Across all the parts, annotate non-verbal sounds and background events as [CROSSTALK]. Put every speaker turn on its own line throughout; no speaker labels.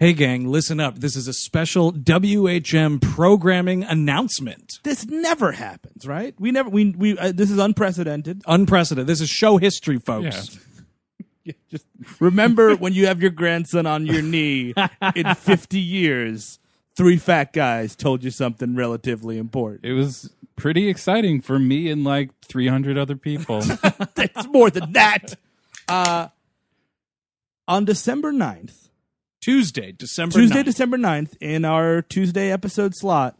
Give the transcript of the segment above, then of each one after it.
Hey, gang, listen up. This is a special WHM programming announcement.
This never happens, right? We never we we uh, this is [LAUGHS] unprecedented.
Unprecedented. This is show history, folks.
Just remember when you have your grandson on your knee [LAUGHS] in 50 years, three fat guys told you something relatively important. [LAUGHS]
It was pretty exciting for me and like 300 other [LAUGHS] people.
It's more than that. Uh, on December 9th,
Tuesday, December
Tuesday,
9th.
December 9th, in our Tuesday episode slot,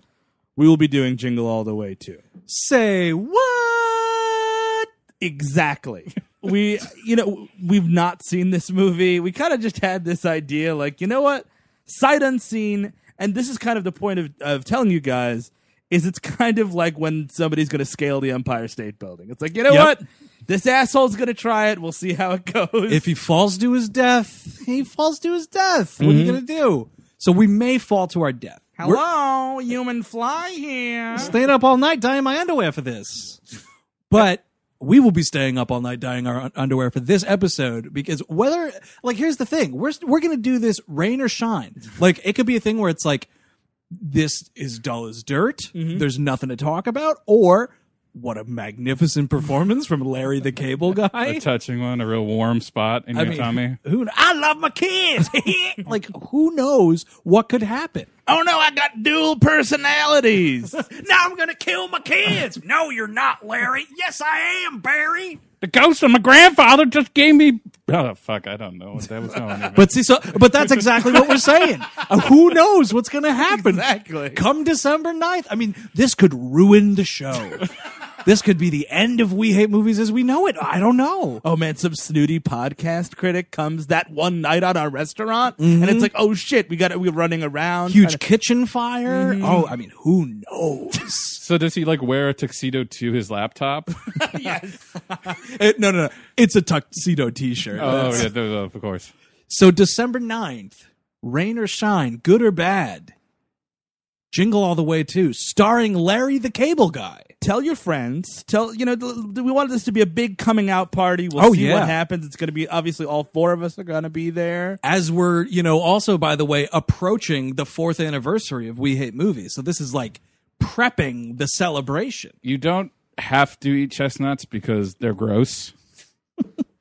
we will be doing Jingle All the Way too.
Say what?
Exactly. we, you know, we've not seen this movie. We kind of just had this idea, like, you know what? Sight unseen. And this is kind of the point of, of telling you guys is it's kind of like when somebody's going to scale the Empire State Building. It's like, you know
Yep.
what? This asshole's going to try it. We'll see how it goes.
If he falls to his death, he falls to his death. What are you going to do? So we may fall to our death. We're
Hello, human fly here.
staying up all night dyeing my underwear for this. But we will be staying up all night dyeing our un- underwear for this episode because whether like here's the thing we're we're gonna do this rain or shine like it could be a thing where it's like this is dull as dirt there's nothing to talk about or what a magnificent performance from Larry the Cable Guy
a touching one, a real warm spot in your tummy.
who I love my kids [LAUGHS] like who knows what could happen
Oh no, I got dual
[LAUGHS]
personalities.
now I'm gonna kill my kids no you're not Larry yes I am Barry.
[LAUGHS] The ghost of my grandfather just gave me. [LAUGHS] Oh fuck! I don't know what that was going. on.
But see, so but that's exactly what we're saying. Uh, who knows what's going to happen?
Exactly.
Come December 9th. I mean, this could ruin the [LAUGHS] show. this could be the end of We Hate Movies as we know it. I don't know.
oh man, some snooty podcast critic comes that one night on our restaurant, and it's like, oh shit, we got it. We're running around.
Mm-hmm. Huge
kinda-
kitchen fire. Oh, I mean, who knows?
[LAUGHS] so does he like wear a tuxedo to his [LAUGHS] laptop?
[LAUGHS] Eh, no, no, no. It's a tuxedo T-shirt.
oh yeah, th- of course.
So December 9th, rain or shine, good or bad. Jingle all the way too, starring Larry the Cable Guy.
Tell your friends. Tell you know th- th- we wanted this to be a big coming out party. We'll
Oh,
see
yeah.
what happens. It's going to be obviously all four of us are going to be there.
as we're you know also by the way approaching the fourth anniversary of we hate movies so this is like prepping the celebration
You don't have to eat chestnuts because they're gross. [LAUGHS]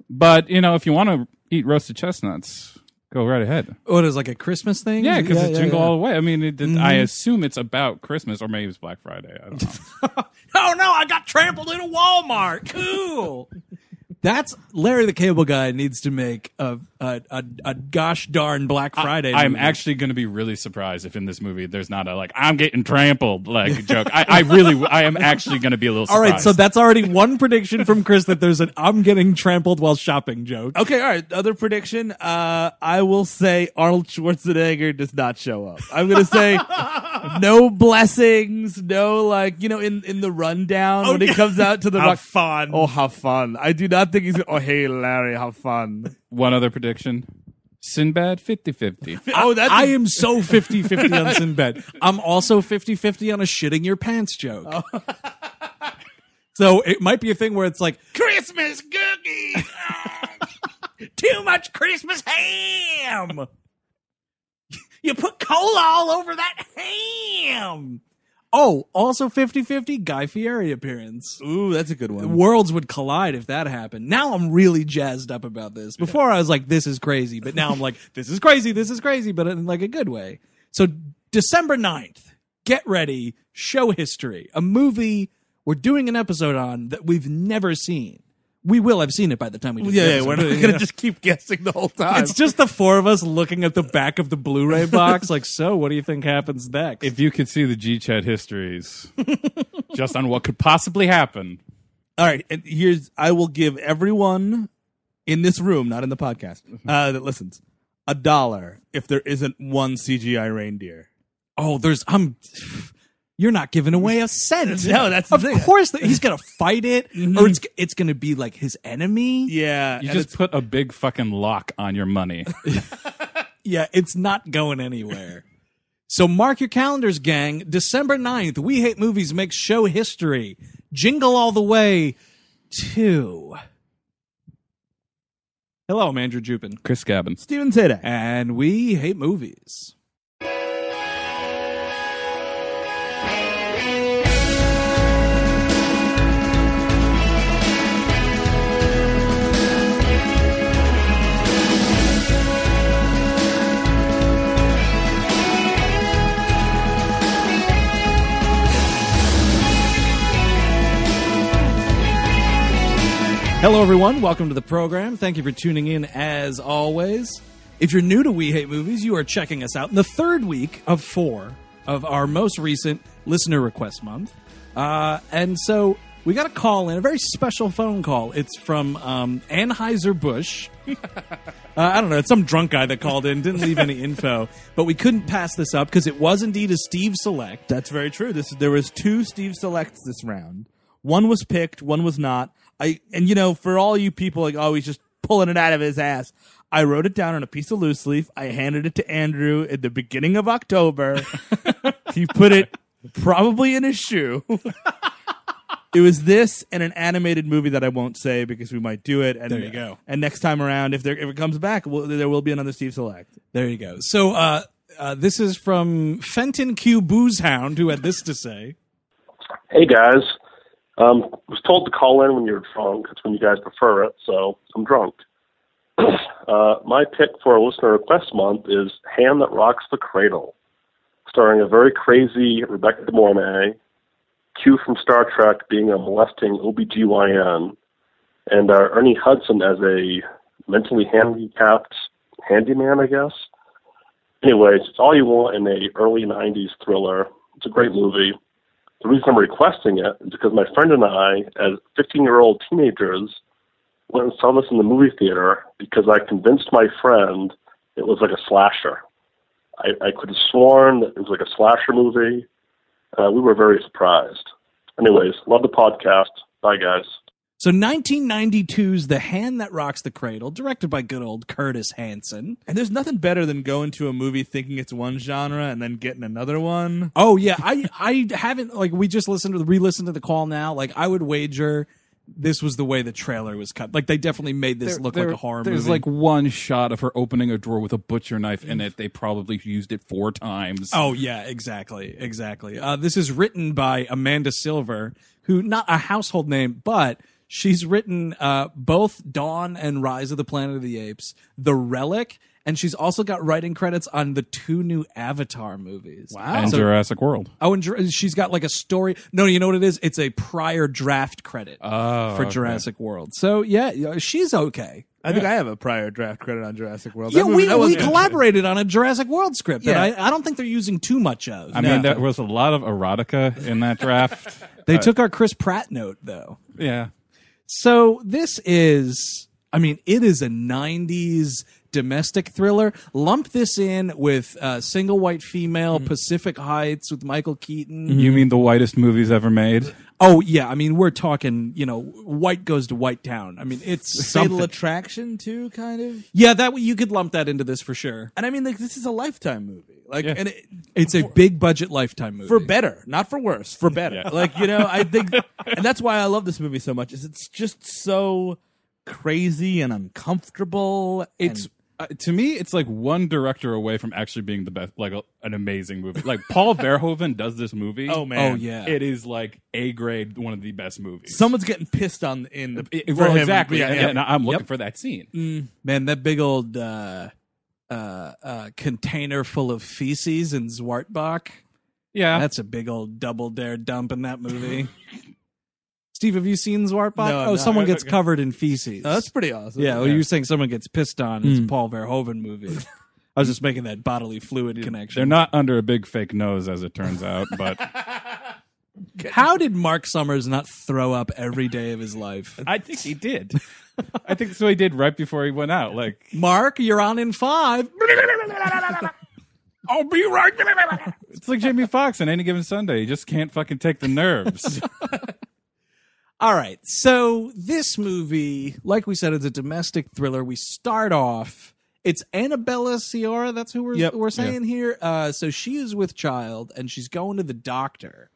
but you know, if you want to eat roasted chestnuts, go right ahead.
what is it, like a christmas thing
Oh, Yeah, Mm-hmm. because it's jingle
yeah.
all the way. I mean, it, it- I assume it's about Christmas or maybe it's Black Friday. I [LAUGHS] don't know.
[LAUGHS] oh no i got trampled in a walmart cool [LAUGHS] that's larry the cable guy needs to make a a, a, a gosh darn black friday
I'm
movie.
actually going to be really surprised if in this movie there's not a like I'm getting trampled like joke. I, I really I am actually going to be a
[LAUGHS]
little
all
surprised.
right so that's already one prediction from chris that there's an i'm getting trampled while shopping joke
Okay, all right. Other prediction. Uh, I will say Arnold Schwarzenegger does not show up. I'm
[LAUGHS]
gonna say no blessings, no like you know in in the rundown when he comes out to the
How
rock-
fun.
Oh, have fun! I do not think he's. Oh, hey Larry, have fun.
one other prediction. Sinbad 50-50.
Oh, that's
I am so 50 50 [LAUGHS] on Sinbad. I'm also 50 50 on a shitting your pants joke. [LAUGHS] so it might be a thing where it's like,
Christmas cookies.
too much Christmas ham. [LAUGHS] you put cola all over that ham. Oh, also 50 50 Guy Fieri appearance.
Ooh, that's a good one.
Worlds would collide if that happened. Now I'm really jazzed up about this. Before I was like, this is crazy, but now I'm like, [LAUGHS] this is crazy, this is crazy, but in like a good way. So December 9th, get ready, show history, a movie we're doing an episode on that we've never seen. We will have seen it by the time we do the
Yeah, yeah,
episode.
we're
[LAUGHS]
not gonna just keep guessing the whole time.
It's just the four of us looking at the back of the [LAUGHS] Blu-ray box, like, so what do you think happens next?
If you could see the G Chat
[LAUGHS]
histories just on what could possibly happen.
All right, and here's I will give everyone in this room, not in the podcast, uh, that listens, a dollar if there isn't one CGI reindeer.
oh, there's I'm. You're not giving away a [LAUGHS] cent.
No, that's the
of
thing.
course that he's gonna fight it, or it's it's gonna be like his enemy.
Yeah,
You
and
just put a big fucking lock on your money.
Yeah, it's not going anywhere. [LAUGHS] so mark your calendars, gang. December 9th, We Hate Movies makes show history. Jingle all the way to Hello, I'm Andrew Jupin,
Chris Gavin.
Steven Tadek.
and we hate movies. Hello, everyone. Welcome to the program. Thank you for tuning in as always. If you're new to We Hate Movies, you are checking us out in the third week of four of our most recent listener request month. Uh, and so we got a call in, a very special phone call. It's from um, Anheuser-Busch. uh, I don't know. It's some drunk guy that called in, didn't leave any info. But we couldn't pass this up because it was indeed a Steve Select.
That's very true. This there was two Steve selects this round. One was picked, one was not. I and you know, for all you people like always just pulling it out of his ass. I wrote it down on a piece of loose leaf. I handed it to Andrew at the beginning
[LAUGHS]
of October. he put it probably in his shoe. it was this and an animated movie that I won't say because we might do it. And,
There you go.
And next time around, if there if it comes back, we'll, there will be another Steve Select.
There you go. So uh, uh, this is from Fenton Q Boozehound, who had this to say.
Hey guys, um, was told to call in when you're drunk. It's when you guys prefer it, so I'm drunk. [CLEARS THROAT] uh, my pick for a listener request month is "Hand That Rocks the Cradle," starring a very crazy Rebecca De Mornay, Q from Star Trek being a molesting OBGYN, and uh, Ernie Hudson as a mentally handicapped handyman, I guess. Anyways, it's all you want in a early '90s thriller. It's a great movie the reason I'm requesting it is because my friend and I, as 15 year old teenagers, went and saw this in the movie theater because I convinced my friend it was like a slasher. I, I could have sworn that it was like a slasher movie. Uh, we were very surprised. Anyways, love the podcast. Bye, guys.
So 1992's The Hand That Rocks the Cradle, directed by good old Curtis Hanson.
And there's nothing better than going to a movie thinking it's one genre and then getting another one.
Oh yeah, I [LAUGHS] I haven't like we just listened to the re-listened to the call now. Like I would wager this was the way the trailer was cut. Like they definitely made this look like a horror
There's
movie.
like one shot of her opening a drawer with a butcher knife in it. They probably used it four times.
Oh yeah, exactly, exactly. Uh, this is written by Amanda Silver, who not a household name, but she's written uh, both Dawn and Rise of the Planet of the Apes, The Relic, and she's also got writing credits on the two new Avatar movies.
and
So-
Jurassic World.
Oh, and Jur- she's got like a story. No, you know what it is? It's a prior draft credit
Oh,
for
okay.
Jurassic World. So yeah, yeah, she's okay.
I think I have a prior draft credit on Jurassic World.
Yeah,
That movie-
we,
that
we
wasn't-
collaborated on a Jurassic World script that
Yeah.
I, I don't think they're using too much of.
I mean, there was a lot of erotica in
[LAUGHS]
that draft.
They took our Chris Pratt note though.
yeah.
So this is, I mean, it is a 90s domestic thriller. Lump this in with uh, Single White Female, Pacific Heights with Michael Keaton.
You
Mm-hmm.
mean the whitest movies ever made?
Oh, yeah. I mean, we're talking, you know, white goes to white town. I mean, it's
Fatal
something.
Attraction too, kind of.
Yeah, that way you could lump that into this for sure.
And I mean, like this is a lifetime movie, like,
Yeah.
and it,
It's a big budget lifetime movie.
for better, not for worse, for better. Like you know,
[LAUGHS]
I think, and that's why I love this movie so much. Is it's just so crazy and uncomfortable.
It's
and-
uh, to me, it's like one director away from actually being the best, like a, an amazing movie. Like [LAUGHS] Paul Verhoeven does this movie.
Oh, man.
Oh, yeah.
it is like a grade, one of the best movies.
someone's getting pissed on in the
It- it-
for
well,
him.
exactly.
Yeah,
and,
yeah.
and I'm looking
Yep.
for that scene.
Man, that big old uh, uh, uh, container full of feces in Zwartbach.
[LAUGHS] Yeah,
That's a big old double dare dump in that movie. Steve, have you seen Zwartbach?
No, I'm
oh,
not.
someone gets
Okay.
covered in feces.
Oh, that's pretty awesome.
yeah, well, you're saying someone gets pissed on. It's a Paul Verhoeven movie. I was just making that bodily fluid connection.
they're not under a big fake nose, as it turns out. But [LAUGHS]
How did Mark Summers not throw up every day of his life?
I think he did. [LAUGHS] I think that's what he did right before he went out. Like
Mark, you're on in five.
[LAUGHS] I'll be right. it's like Jamie Foxx on any given Sunday. He just can't fucking take the [LAUGHS] nerves.
All right. So this movie, like we said, it's a domestic thriller. We start off. It's Annabella Ciara. That's who we're
Yep.
we're saying here. Uh, so she is with child, and she's going to the doctor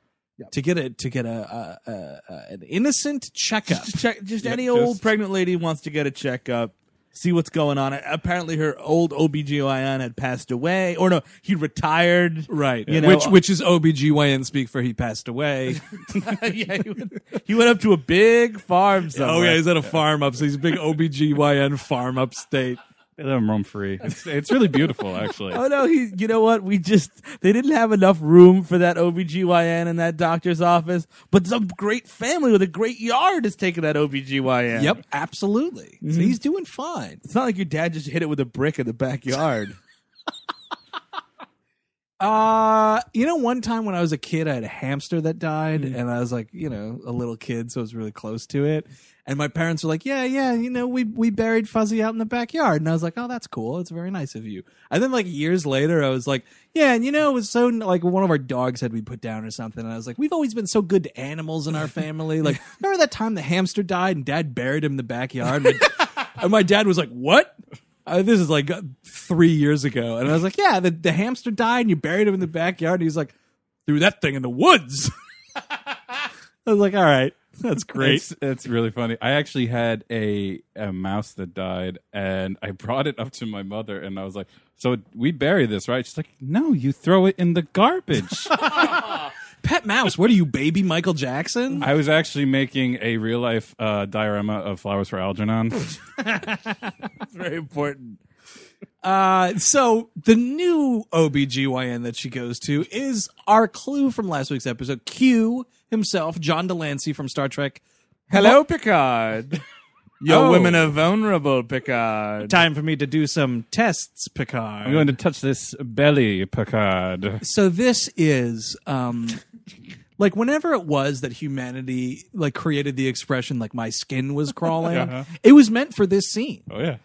to get a to get a, a, a, a an innocent checkup.
[LAUGHS] just check just
Yeah,
any
just-
old pregnant lady wants to get a checkup see what's going on. Apparently, her old OBGYN had passed away, or no, he retired.
Right.
You know,
which which is OBGYN speak for he passed
[LAUGHS]
away.
[LAUGHS] yeah, he went, he went up to a big farm somewhere.
oh yeah, he's at a farm up, so he's a big OBGYN farm upstate.
They let them roam free. [LAUGHS] It's, it's really beautiful, [LAUGHS] actually.
Oh no, he you know what? We just they didn't have enough room for that OBGYN in that doctor's office, but some great family with a great yard is taking that OBGYN.
Yep, absolutely.
Mm-hmm.
So he's doing fine.
It's not like your dad just hit it with a brick in the backyard.
Uh, you know, one time when I was a kid, I had a hamster that died, and I was like, you know, a little kid, so I was really close to it. And my parents were like, "Yeah, yeah, you know, we we buried Fuzzy out in the backyard," and I was like, "Oh, that's cool. It's very nice of you." And then like years later, I was like, "Yeah, and you know, it was so like one of our dogs had we put down or something," and I was like, "We've always been so good to animals in our family. Like, remember that time the hamster died and Dad buried him in the backyard?" And my, and my dad was like, "What?" Uh, this is like uh, three years ago. And I was like, yeah, the, the hamster died and you buried him in the backyard. And he's like, threw that thing in the woods. [LAUGHS] I was like, all right, that's great.
It's, it's really funny. I actually had a, a mouse that died, and I [LAUGHS] brought it up to my mother, and I was like, "So we bury this, right?" She's like, "No, you throw it in the [LAUGHS] garbage."
Pet mouse, what are you, baby Michael Jackson?
I was actually making a real life uh, diorama of flowers for [LAUGHS] Algernon.
It's very important.
Uh, so the new OBGYN that she goes to is our clue from last week's episode. Q himself, John Delancey from Star Trek.
Hello, Oh, Picard. Your
Oh.
women are vulnerable, Picard.
Time for me to do some tests, Picard.
I'm going to touch this belly, Picard.
so this is um like whenever it was that humanity like created the expression like my skin was crawling
Uh-huh.
it was meant for this scene
Oh yeah,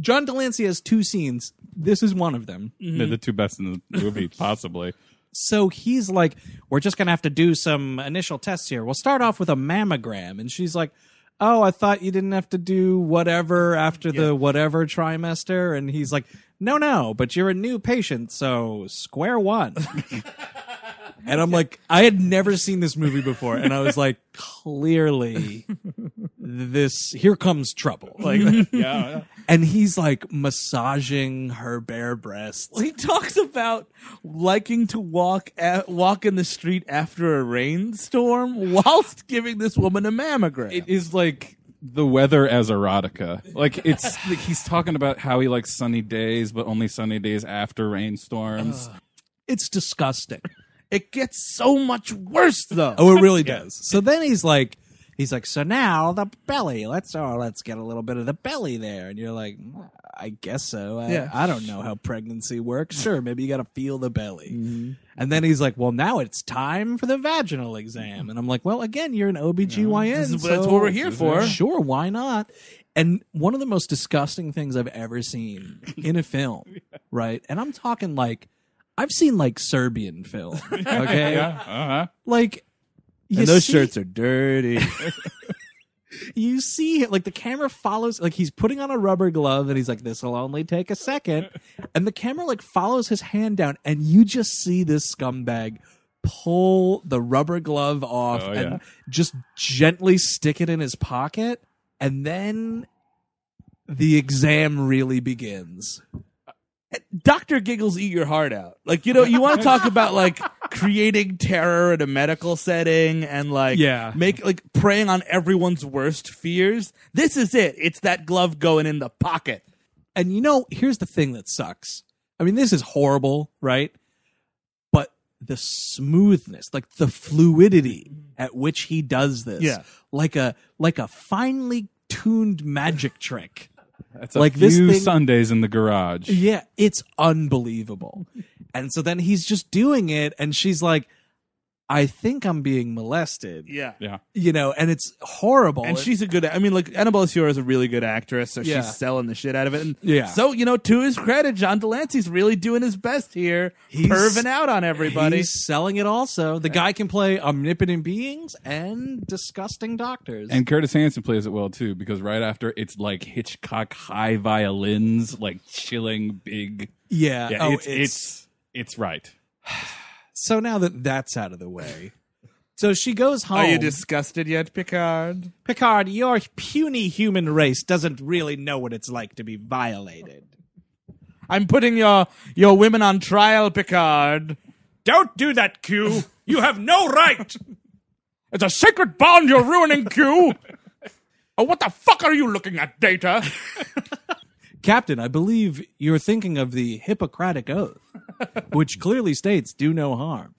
john delancey has two scenes this is one of them
they're the two best in the movie, [LAUGHS] possibly.
so he's like we're just gonna have to do some initial tests here we'll start off with a mammogram and she's like oh i thought you didn't have to do whatever after the whatever trimester and he's like no no but you're a new patient so square one and i'm like i had never seen this movie before and i was like clearly this here comes trouble like
Yeah,
and he's like massaging her bare breasts
[LAUGHS] He talks about liking to walk a walk in the street after a rainstorm whilst giving this woman a mammogram.
it is like the weather as erotica. Like it's [LAUGHS] like he's talking about how he likes sunny days, but only sunny days after rainstorms.
it's disgusting
It gets so much worse though.
Oh, it
[LAUGHS]
really does. So then he's like, he's like, so now the belly. Let's oh, let's get a little bit of the belly there. And you're like, "Mm, I guess so. I,
Yeah.
I don't know how pregnancy
[LAUGHS]
works. Sure, maybe you got to feel the belly.
Mm-hmm.
And then he's like, well, now it's time for the vaginal exam. And I'm like, well, again, you're an OBGYN.
This is-
so
that's what we're here for.
[LAUGHS] Sure, why not? And one of the most disgusting things I've ever seen in a
[LAUGHS]
film, right? And I'm talking like, I've seen like Serbian
[LAUGHS]
film, [LAUGHS] okay?
Yeah, uh-huh.
Like, you
and those
see-
shirts are dirty.
you see it like the camera follows like he's putting on a rubber glove and he's like this will only take a
[LAUGHS]
second and the camera like follows his hand down and you just see this scumbag pull the rubber glove off
Oh,
and
yeah.
just gently stick it in his pocket and then the exam really begins
[LAUGHS] Doctor giggles eat your heart out. Like you know, you want to talk about like creating terror in a medical setting and like
Yeah.
make like preying on everyone's worst fears. This is it. It's that glove going in the pocket.
and you know here's the thing that sucks i mean this is horrible right but the smoothness like the fluidity at which he does this
Yeah.
like a like a finely tuned magic trick
That's a
Like
few
this thing-
Sundays in the garage.
yeah it's unbelievable and so then he's just doing it and she's like i think i'm being molested
Yeah.
Yeah,
you know and it's horrible
And she's a good. I mean, like Annabelle Ciora is a really good actress, so
Yeah.
she's selling the shit out of it. And
Yeah.
So you know, to his credit, John Delancey's really doing his best here,
He's-
perving out on everybody.
He's selling it also. The guy can play omnipotent beings and disgusting doctors.
and Curtis Hanson plays it well too, because right after it's like Hitchcock high violins, like chilling big.
yeah.
Yeah,
oh,
it's, it's it's right.
So now that that's out of the way, So she goes home.
Are Oh, you disgusted yet, Picard?
Picard, your puny human race doesn't really know what it's like to be violated.
I'm putting your your women on trial, Picard.
Don't do that, Q. You have no right.
It's a sacred bond you're ruining, Q. oh, what the fuck are you looking at, Data?
Captain, I believe you're thinking of the Hippocratic Oath, which clearly states do no harm.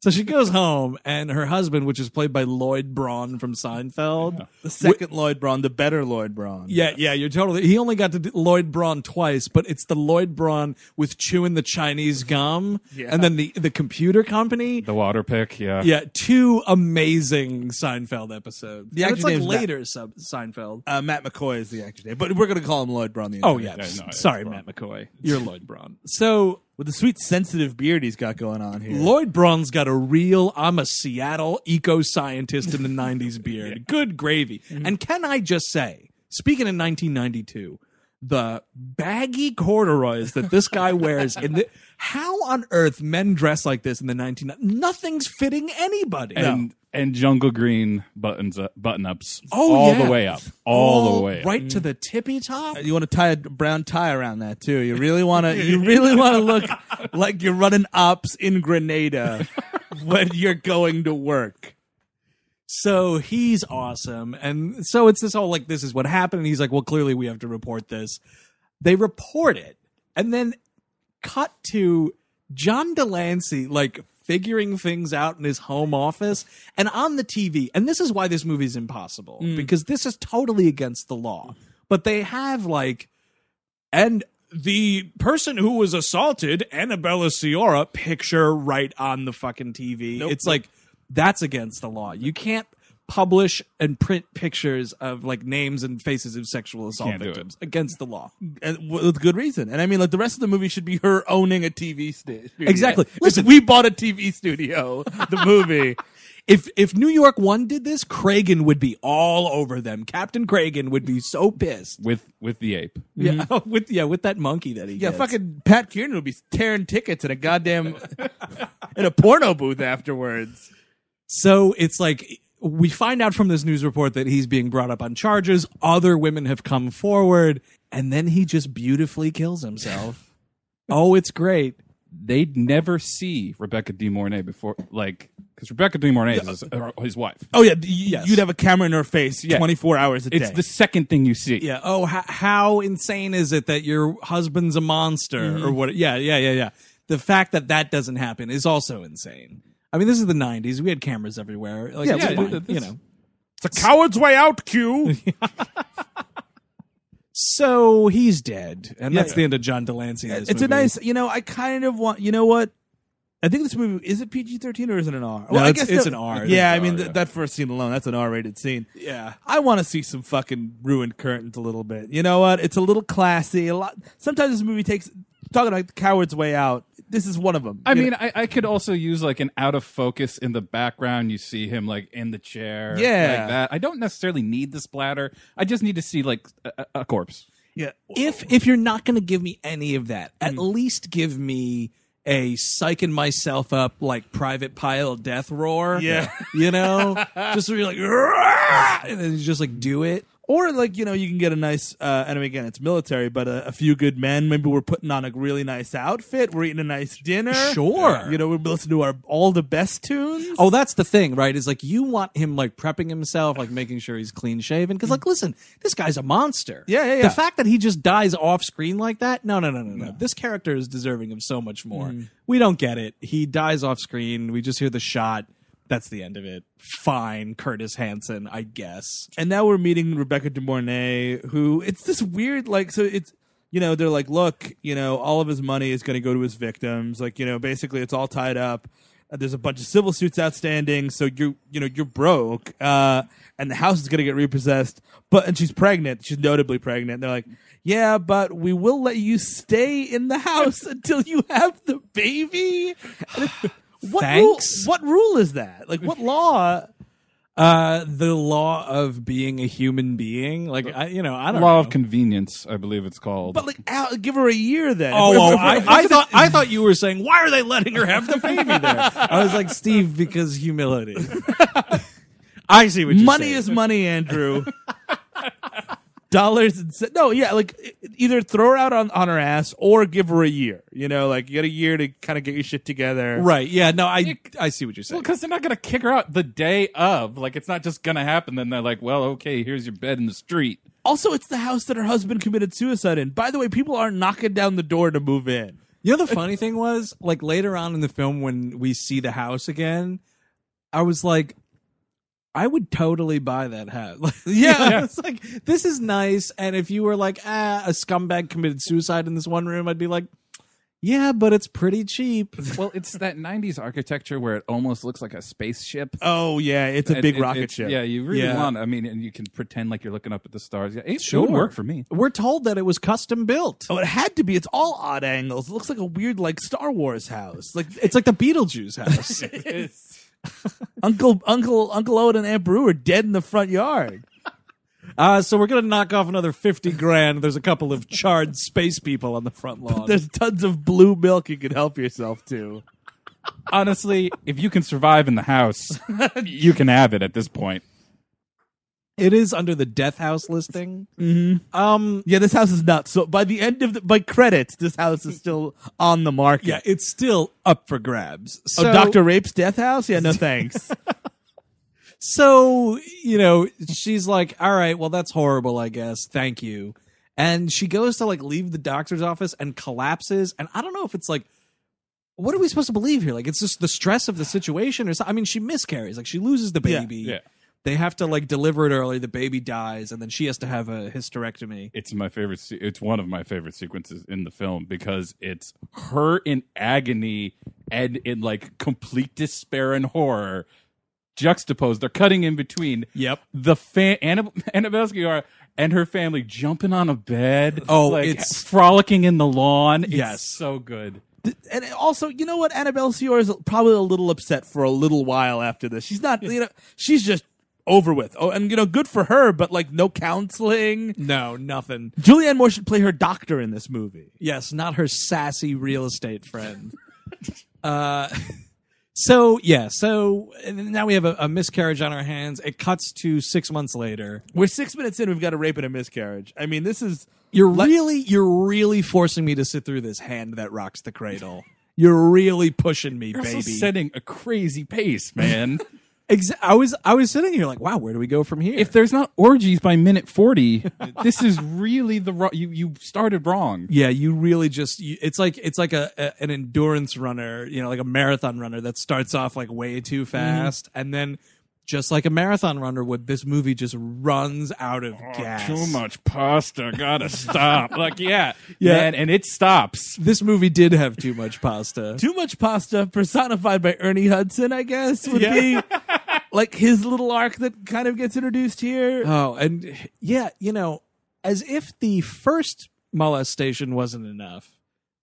So she goes home, and her husband, which is played by Lloyd Braun from Seinfeld.
The second Lloyd Braun, the better Lloyd Braun.
Yeah, yeah, you're totally. He only got to do Lloyd Braun twice, but it's the Lloyd Braun with chewing the Chinese gum,
Yeah.
and then the the computer company.
The water pick, yeah.
yeah, two amazing Seinfeld episodes.
The
And
actor's
it's like
name's Matt-
later sub- Seinfeld.
Uh, Matt McCoy is the actor today, but we're going to call him Lloyd Braun. The
Oh yeah,
entire time.
s-
no, it's
sorry,
Braun.
Matt McCoy. You're Lloyd Braun. So
with the sweet sensitive beard he's got going on here.
Lloyd Braun's got a real I'm a Seattle eco scientist
[LAUGHS]
in the 90s beard. Good gravy.
Mm-hmm.
And can I just say, speaking in 1992, the baggy corduroys that this guy wears in
[LAUGHS]
the how on earth men dress like this in the 19 nothing's fitting anybody.
And and jungle green buttons up, button ups
Oh,
all
yeah.
the way up. All, the way up.
right to the tippy top.
Mm. You want to tie a brown tie around that too. You really
[LAUGHS]
want to. You really want to [LAUGHS] look like you're running ops in Grenada when you're going to work.
So he's awesome. And so it's this whole like, this is what happened. And he's like, well, clearly we have to report this. They report it. And then cut to John Delancey, like figuring things out in his home office and on the TV. And this is why this movie is impossible
Mm.
because this is totally against the law. But they have like, and the person who was assaulted, Annabella Ciora, picture right on the fucking TV.
Nope.
It's like that's against the law. You can't publish and print pictures of like names and faces of sexual assault
Can't do it.
victims against the law.
And w- with good reason. And I mean, like the rest of the movie should be her owning a TV sta- studio.
Exactly.
It's
Listen-
we bought a TV studio. The [LAUGHS] movie.
If if New York One did this, Cragen would be all over them. Captain Cragen would be so pissed.
With with the ape.
Yeah, [LAUGHS] with yeah, with that monkey that he
Mm-hmm. yeah,
gets.
fucking Pat Kieran would be tearing tickets in a [LAUGHS] goddamn in a porno booth afterwards.
So it's like we find out from this news report that he's being brought up on charges. Other women have come forward, and then he just beautifully kills
[LAUGHS]
himself. oh, it's great.
They'd never see Rebecca De Mornay before like because Rebecca De Mornay is his, her- his wife.
Oh yeah, y-
Yes.
you'd have a camera in her face
Yeah.
24 hours a
It's
day.
the second thing you see.
Yeah. Oh, how, how insane is it that your husband's a monster or
Mm-hmm.
what? Yeah, yeah, yeah, yeah. The fact that that doesn't happen is also insane. I mean, this is the '90s. We had cameras everywhere. Like,
Yeah,
it's
yeah,
fine,
th-
you
this-
know.
It's a coward's way out, Q.
So he's dead, and
Yeah.
that's the end of John Delancey. in this
it's a
movie.
nice, you know, I kind of want, you know what? I think this movie is it PG 13 or is it an R?
No,
I
it's- it's an R.
Yeah,
It's
I
an
mean,
R,
th-
yeah.
that first scene alone, that's an R rated scene.
yeah.
I want to see some fucking ruined curtains a little bit. You know what? It's a little classy. A lot. Sometimes this movie takes, talking about the coward's way out, this is one of them.
I mean, I, I could also use like an out of focus in the background. You see him like in the chair,
Yeah.
like that. I don't necessarily need the splatter. I just need to see like a, a- a corpse.
yeah.
if if you're not going to give me any of that, at
Mm-hmm.
least give me a psyching myself up like private pile death roar.
Yeah.
you know, just where you're like, "Rah!" and then you just like do it.
[LAUGHS] Or like you know you can get a nice uh, and again it's military but a, a few good men maybe we're putting on a really nice outfit we're eating a nice dinner
Sure.
you know we're listening to our all the best tunes
Oh, that's the thing, right? Is like you want him like prepping himself, like making sure he's clean shaven. Because like, listen, this guy's a monster.
Yeah, yeah, yeah.
The fact that he just dies off screen like that, no, no, no, no, no. This character is deserving of so much more. We don't get it. He dies off screen. We just hear the shot. That's the end of it. Fine, Curtis Hanson, I guess.
and now we're meeting Rebecca De Mornay, who it's this weird like so it's you know they're like look you know all of his money is going to go to his victims like you know basically it's all tied up Uh, there's a bunch of civil suits outstanding so you you know you're broke uh, and the house is going to get repossessed but and she's pregnant she's notably pregnant they're like yeah but we will let you stay in the house [LAUGHS] until you have the baby And it's- what rule,
Thanks.
what rule is that like what law
Uh, the law of being a human being. Like, I, you know, I don't
Law
know.
of convenience, I believe it's called.
But like, Al, give her a year then.
Oh,
If we're-
oh,
if we're-
I,
if we're
I
gonna-
thought [LAUGHS] I thought you were saying why are they letting her have the baby there? [LAUGHS] I was like Steve because humility. [LAUGHS] I see what you
money is money, Andrew. Dollars and cents. No, yeah, like e- either throw her out on, on her ass or give her a year. You know, like you got a year to kind of get your shit together.
right. Yeah, no, I I see what you're
Well,
saying.
because they're not gonna kick her out the day of. Like it's not just gonna happen. Then they're like, well, okay, here's your bed in the street.
Also, it's the house that her husband committed suicide in. By the way, people aren't knocking down the door to move in.
You know the funny thing was, like later on in the film when we see the house again, I was like, I would totally buy that house. [LAUGHS] Like,
Yeah.
it's like this is nice. And if you were like, ah, a scumbag committed suicide in this one room, I'd be like, yeah, but it's pretty cheap.
Well, it's that '90s architecture where it almost looks like a spaceship.
Oh yeah, it's a
It-
big
it-
rocket
it's-
ship.
Yeah, you really
Yeah.
want. I mean, and you can pretend like you're looking up at the stars. Yeah, it sure. would work
[LAUGHS]
for me.
We're told that it was custom built.
Oh, it had to be. It's all odd angles. It looks like a weird, like Star Wars house. Like
It's like the Beetlejuice house. [LAUGHS]
Uncle Uncle Uncle Owen and Aunt Brew are dead in the front yard.
uh, so we're gonna knock off another fifty grand. There's a couple of charred space people on the front lawn.
There's tons of blue milk you can help yourself to.
Honestly, if you can survive in
[LAUGHS]
the house, you can have it at this point.
It is under the death house listing. Um,
Yeah, this house is nuts. So by the end of the by credits, this house is still on the market.
Yeah, it's still up for grabs.
Oh,
So,
Doctor Rape's death house? Yeah, no [LAUGHS] thanks.
So you know, she's like, "All right, well, that's horrible. I guess. Thank you." And she goes to like leave the doctor's office and collapses. And I don't know if it's like, what are we supposed to believe here? Like, it's just the stress of the situation, or something. I mean, she miscarries. Like, she loses the
Yeah,
baby.
yeah.
They have to like deliver it early. The baby dies, and then she has to have a hysterectomy.
It's my favorite. se- It's one of my favorite sequences in the film because it's her in agony and in like complete despair and horror, juxtaposed. They're cutting in between.
Yep.
The fan [LAUGHS] Annab- Annabelle Sciarra and her family jumping on a bed.
Oh,
like,
it's-
frolicking in the lawn. It's
Yes.
so good.
and also, you know what? Annabelle Sior is probably a little upset for a little while after this. She's not, you know, she's just over with. Oh, and you know, good for her, but like no counseling.
No, nothing.
Julianne Moore should play her doctor in this movie.
Yes, not her sassy real estate friend. [LAUGHS] uh, [LAUGHS] so yeah, so and now we have a, a miscarriage on our hands. It cuts to six months later.
We're six minutes in. We've got a rape and a miscarage. I mean, this is
You're really, you're really forcing me to sit through this hand that rocks the cradle. You're really pushing me,
You're also
baby.
setting a crazy pace, man.
Ex- I was, I was sitting here like, wow, where do we go from here?
if there's not orgies by minute 40, this is really the wrong. You, you started wrong.
yeah, you really just, you, it's like, it's like a, a an endurance runner, you know, like a marathon runner that starts off like way
Mm-hmm.
too fast, and then just like a marathon runner would, this movie just runs out of
Oh,
gas.
Too much pasta. Gotta stop. like, yeah.
Yeah.
Yeah. and it stops.
This movie did have too much pasta.
too much pasta personified by Ernie Hudson, I guess, would
Yeah. [LAUGHS]
be like his little arc that kind of gets introduced here.
oh, and yeah, you know, as if the first molestation wasn't enough.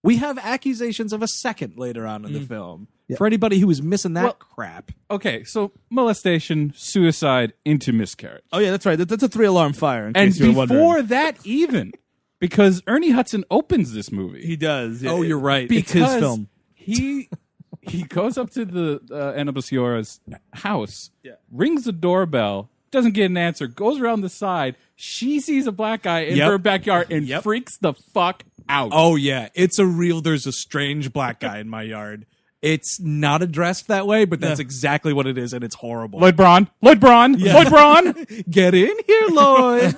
We have accusations of a second later on
Mm.
in the film. For anybody who was missing that
Well-
crap.
Okay, so molestation, suicide, into miscarriage.
oh yeah, that's right. That, that's a three alarm fire. In
And
case you were
before
wondering.
that, even, because Ernie Hudson opens this movie.
he does.
Oh, you're right.
It's his
because
film.
He he goes up to the uh, Annabelle Ciora's house,
Yeah.
rings the doorbell, doesn't get an answer, goes around the side. She sees a black guy in
Yep.
her backyard and
Yep.
freaks the fuck out.
Oh yeah, it's a real. There's a strange black guy in my yard. It's not addressed that way, but that's exactly what it is, and it's horrible.
Lloyd Braun, Lloyd Braun, Lloyd [LAUGHS] Braun.
Get in here, Lloyd.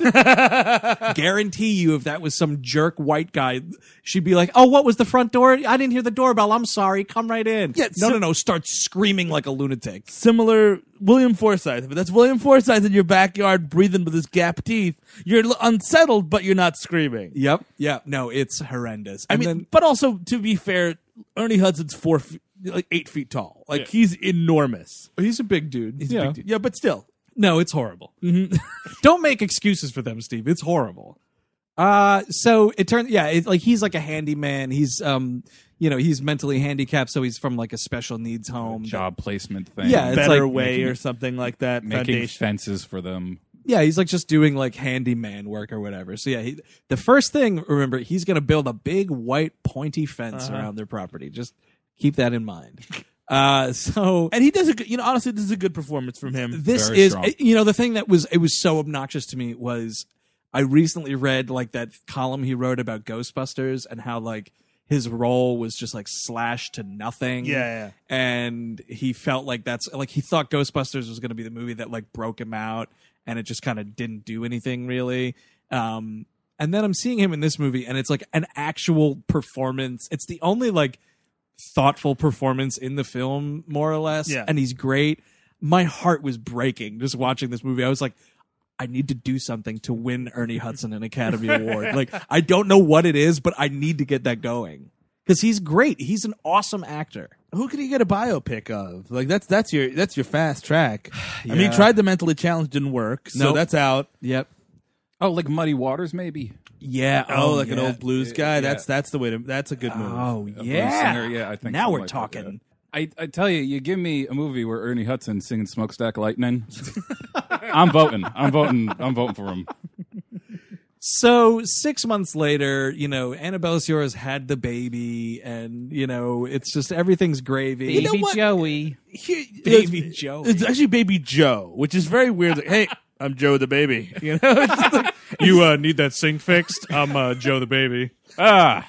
Guarantee you, if that was some jerk white guy, she'd be like, "Oh, what was the front door? I didn't hear the doorbell. I'm sorry. Come right in."
Yeah,
no,
so-
no, no. Start screaming like a lunatic.
Similar William Forsythe, but that's William Forsythe in your backyard breathing with his gap teeth. You're l- unsettled, but you're not screaming.
Yep. Yeah. No, it's horrendous.
I
And
mean,
then-
but also to be fair, Ernie Hudson's four, feet, like eight feet tall. Like he's enormous.
he's a big dude. Mm-hmm.
He's a big dude. Yeah, but still, [LAUGHS]
No, it's horrible. Don't make excuses for them, Steve. It's horrible. Uh so it turns yeah, it's like he's like a handyman. He's um you know, he's mentally handicapped, so he's from like a special needs home.
job placement thing.
Yeah, it's
Better
like
way or something like that.
making
Foundation.
fences for them.
Yeah, he's like just doing like handyman work or whatever. So yeah, he, the first thing remember, he's going to build a big white pointy fence
Uh-huh.
around their property. Just keep that in mind. [LAUGHS] Uh so
and he does a good. You know, honestly, this is a good performance from him.
this
Very
is
strong.
you know the thing that was it was so obnoxious to me was i recently read like that column he wrote about ghostbusters and how like his role was just like slashed to nothing
Yeah, yeah.
and he felt like that's like he thought ghostbusters was going to be the movie that like broke him out and it just kind of didn't do anything really um and then i'm seeing him in this movie and it's like an actual performance it's the only like thoughtful performance in the film, more or less.
Yeah.
And he's great. My heart was breaking just watching this movie. I was like, I need to do something to win Ernie Hudson an Academy Award. Like, I don't know what it is, but I need to get that going. Because he's great. He's an awesome actor.
Who could he get a biopic of? Like that's that's your that's your fast track. [SIGHS] I mean,
Yeah.
he tried the mentally challenged, didn't work, so
Nope.
that's out.
Yep.
Oh, like Muddy Waters, maybe.
Yeah.
Oh, like an
yeah.
old blues guy. That's that's the way to. That's a good move.
Oh,
blues
yeah.
singer, yeah, I think
now
something
we're
like that,
talking.
yeah. I, I tell you, you give me a movie where Ernie Hudson singing "Smokestack Lightning." [LAUGHS] I'm voting. I'm voting. I'm voting for him.
So six months later, you know, Annabelle Sierra's had the baby, and you know, it's just everything's gravy.
You know what?
Joey.
Here-
Baby
it's-
Joe.
It's actually Baby Joe, which is very weird. Like, hey, [LAUGHS] I'm Joe the baby. You know, It's just like,
You uh, need that sink fixed? I'm uh, Joe the baby.
Ah,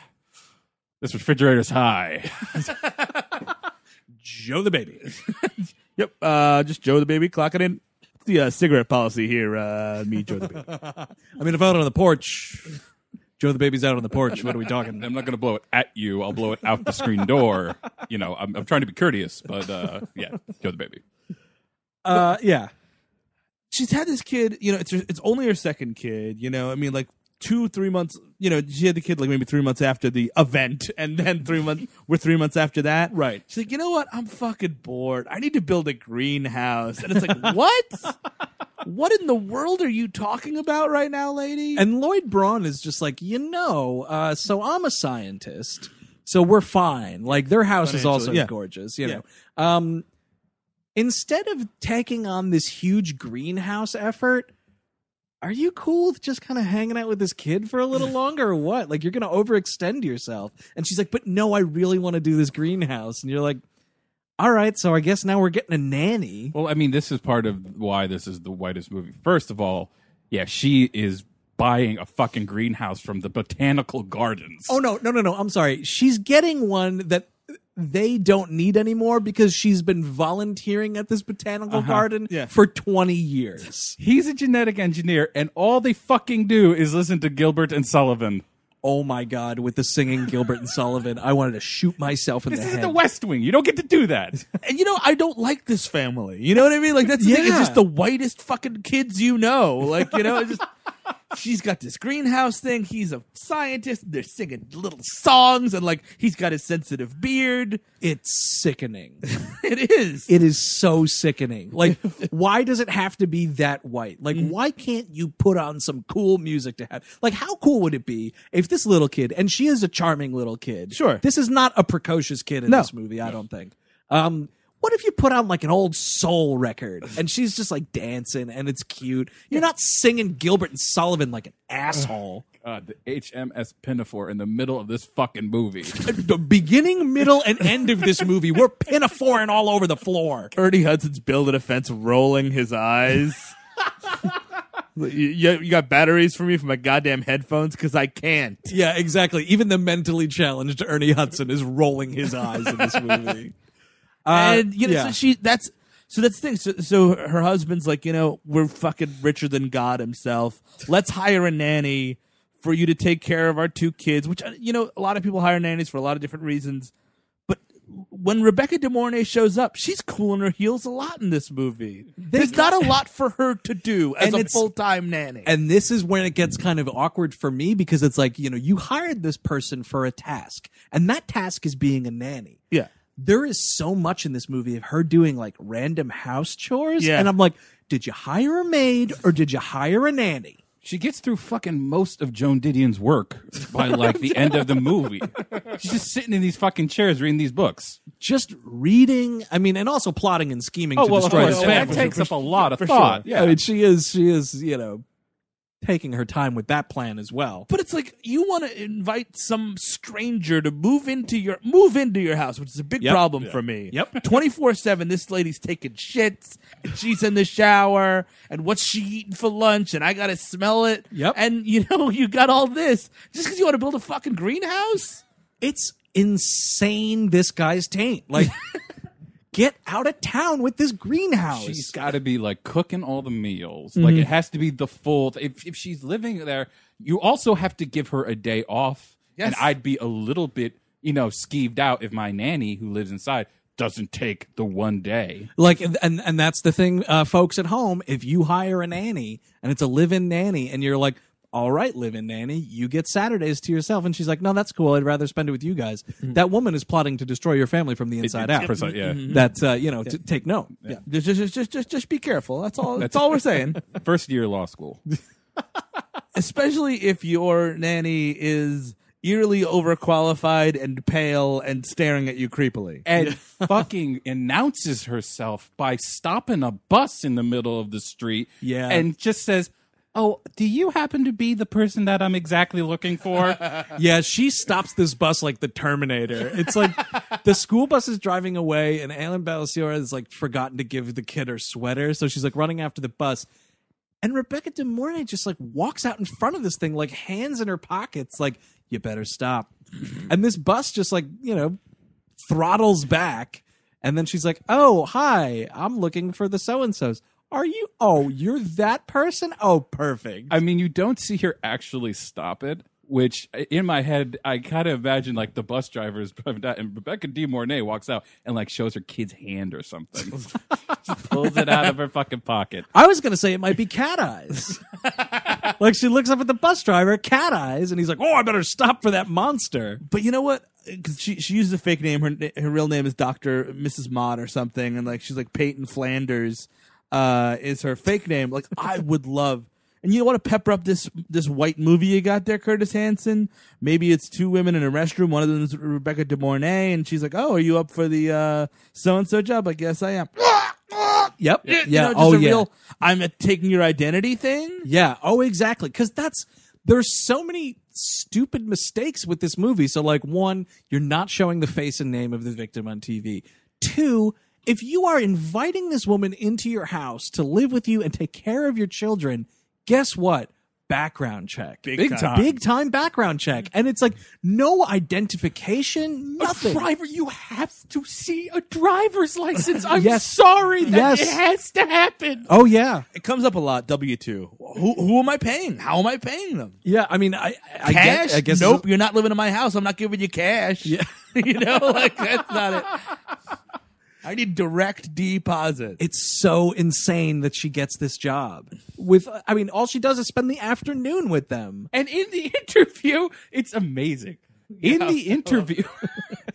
this refrigerator's high.
Joe the baby.
yep, uh, just Joe the baby. Clock it in. It's the uh, cigarette policy here. Uh, me, Joe the baby.
I mean, if out on the porch, Joe the baby's out on the porch. What are
[LAUGHS]
we talking?
I'm not going to blow it at you. I'll blow it out the screen door. You know, I'm, I'm trying to be courteous, but uh, yeah, go the baby.
Uh, yeah,
She's had this kid. You know, it's her, it's only her second kid. You know, I mean, like two, three months. You know, she had the kid like maybe three months after the event, [LAUGHS] and then three months. We're three months after that.
Right.
She's like, you know what? I'm fucking bored. I need to build a greenhouse, and it's like, what? What in the world are you talking about right now, lady?
and Lloyd Braun is just like, you know, uh, so I'm a scientist, so we're fine. Like their house is also
Financially, yeah.
gorgeous, you know. Um, instead of taking on this huge greenhouse effort. Are you cool with just kind of hanging out with this kid for a
[LAUGHS]
little longer or what? Like, you're going to overextend yourself. And she's like, But no, I really want to do this greenhouse. And you're like, All right, so I guess now we're getting a nanny.
Well, I mean, this is part of why this is the whitest movie. First of all, yeah, she is buying a fucking greenhouse from the botanical gardens.
Oh no, no, no, no! I'm sorry. She's getting one that they don't need anymore because she's been volunteering at this botanical
Uh-huh.
garden
Yeah.
for 20 years.
He's a genetic engineer, and all they fucking do is listen to Gilbert and Sullivan.
Oh my god! With the singing Gilbert and Sullivan, I wanted to shoot myself in
This
the
is
head.
the West Wing. You don't get to do that. [LAUGHS]
And you know, I don't like this family. You know what I mean? Like that's the thing. It's
Yeah.
just the whitest fucking kids you know. Like you know, it's
[LAUGHS]
just she's got this greenhouse thing. He's a scientist. They're singing little songs, and like he's got his sensitive beard. [LAUGHS]
it's sickening. [LAUGHS]
It is.
It is so sickening.
[LAUGHS]
Like, why does it have to be that white? Like,
Mm.
why can't you put on some cool music to have? Like, how cool would it be if this little kid, and she is a charming little kid.
Sure.
This is not a precocious kid in
No.
this movie, I don't think. Um, what if you put on like an old soul
[LAUGHS]
record and she's just like dancing and it's cute? You're not singing Gilbert and Sullivan like an asshole.
God, Uh, the HMS Pinafore in the middle of this fucking movie.
the beginning, middle, and end of this movie,
[LAUGHS]
we're pinafouring all over the floor.
Ernie Hudson's building a fence, rolling his eyes.
[LAUGHS]
you, you you got batteries for me for my goddamn headphones because I can't.
[LAUGHS] Yeah, exactly. Even the mentally challenged Ernie Hudson is rolling his eyes in this
[LAUGHS]
movie. Uh,
and you know,
yeah.
so she that's so that's the thing. So, so her husband's like, you know, we're fucking richer than God himself. Let's hire a nanny for you to take care of our two kids. Which uh, you know, a lot of people hire nannies for a lot of different reasons. But when Rebecca De Mornay shows up, she's cooling her heels a lot in this movie. There's not a lot for her to do as
And
a
it's-
full time nanny.
and this is when it gets kind of awkward for me because it's like, you know, you hired this person for a task, and that task is being a nanny.
yeah,
There is so much in this movie of her doing like random house chores.
Yeah.
And I'm like, did you hire a maid or did you hire a nanny?
[LAUGHS] She gets through fucking most of Joan Didion's work by like the end of the movie. She's just sitting in these fucking chairs reading these books.
Just reading, I mean, and also plotting and scheming
Oh,
to
of
destroy
course,
his
and
family.
that takes up a lot of
for
thought.
sure.
Yeah,
I mean, she is, she is, you know, taking her time with that plan as well.
But it's like you want to invite some stranger to move into your move into your house, which is a big
Yep.
problem for me.
Yep. [LAUGHS]
Twenty four seven, this lady's taking shits, and she's in the shower, and what's she eating for lunch, and I gotta smell it.
Yep.
And [LAUGHS] you know, you got all this just because you want to build a fucking greenhouse.
It's insane. This guy's taint,
[LAUGHS]
like, get out of town with this greenhouse.
She's got to be like cooking all the meals. Like it has to be the full. th- if if she's living there, you also have to give her a day off. And
Yes.
I'd be a little bit, you know, skeeved out if my nanny who lives inside doesn't take the one day.
like and and, and that's the thing uh, folks at home if you hire a nanny and it's a live-in nanny and you're like all right live-in nanny you get saturdays to yourself and she's like no that's cool i'd rather spend it with you guys
Mm-hmm.
that woman is plotting to destroy your family from the inside
it's
out
precise, yeah. Mhm.
that's uh, you know t- take note yeah
Just, just, just, just, just be careful. That's all. That's all we're
[LAUGHS]
saying.
First year law school.
especially if your nanny is eerily overqualified and pale and staring at you creepily.
and fucking announces herself by stopping a bus in the middle of the street
Yeah.
and just says, Oh, do you happen to be the person that I'm exactly looking for?
yeah she stops this bus like the terminator it's like the school bus is driving away and alan Balassiora has like forgotten to give the kid her sweater so she's like running after the bus and rebecca de mornay just like walks out in front of this thing like hands in her pockets like you better stop and this bus just like you know throttles back and then she's like oh hi i'm looking for the so-and-so's are you oh you're that person oh perfect
I mean, you don't see her actually stop it, which in my head, I kind of imagine like the bus driver is driving down, and Rebecca De Mornay walks out and like shows her kid's hand or something. [LAUGHS] she pulls it out of her fucking pocket.
I was gonna say it might be cat
[LAUGHS]
eyes. like she looks up at the bus driver, cat eyes, and he's like, "Oh, I better stop for that monster."
But you know what? 'Cause she she uses a fake name. Her na- her real name is Doctor Mrs. Mott or something, and like she's like Peyton Flanders uh, is her fake name. Like I would love. And you want to pepper up this this white movie you got there, Curtis Hanson. Maybe it's two women in a restroom. One of them is Rebecca De Mornay, and she's like, "Oh, are you up for the so and so job?" I guess I am.
Yep. Yeah.
You know, just
oh,
a
yeah.
real I'm uh, taking your identity thing.
yeah. Oh, exactly. Because that's there's so many stupid mistakes with this movie. So, like, one, you're not showing the face and name of the victim on TV. Two, if you are inviting this woman into your house to live with you and take care of your children, guess what? Background check.
Big time.
Big time background check. And it's like no identification, nothing.
Driver, you have to see a driver's
[LAUGHS]
license. I'm
Yes.
sorry that
Yes.
it has to happen.
Oh yeah,
It comes up a lot. W two. Who who am I paying? How am I paying them?
yeah. I mean, I, I
cash?
guess, I guess
nope. You're not living in my house. I'm not giving you cash. Yeah. [LAUGHS] you know, like that's not it. I need direct deposit.
It's so insane that she gets this job. With, I mean, all she does is spend the afternoon with them.
And in the [LAUGHS] interview, it's amazing. In the interview, [LAUGHS]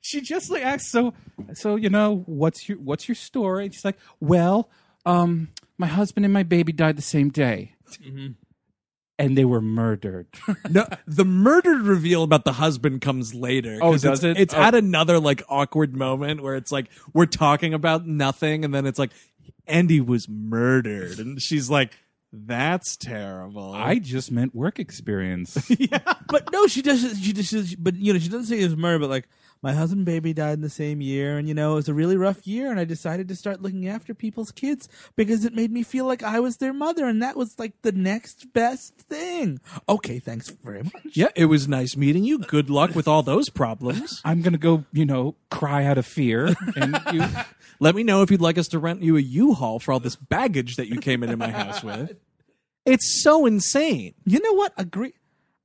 she just like asks, "So, so you know, what's your what's your story?" And she's like, "Well, um, my husband and my baby died the same day, Mm-hmm. and they were murdered." [LAUGHS]
No, the murdered reveal about the husband comes later. 'cause
Oh,
it's-
does it?
It's
Oh.
at another like awkward moment where it's like we're talking about nothing, and then it's like Andy was murdered, and she's like, "That's terrible."
I just meant work experience. [LAUGHS]
but no, she doesn't. She just. But you know, she doesn't say it was murder. But like, my husband and baby died in the same year, and you know, it was a really rough year. And I decided to start looking after people's kids because it made me feel like I was their mother, and that was like the next best thing. Okay, thanks very much.
yeah, it was nice meeting you. Good luck with all those problems.
I'm gonna go, you know, cry out of fear, and
[LAUGHS]
you,
[LAUGHS] Let me know if you'd like us to rent you a U-Haul for all this baggage that you came into my house [LAUGHS] with. It's so insane.
You know what? Agree.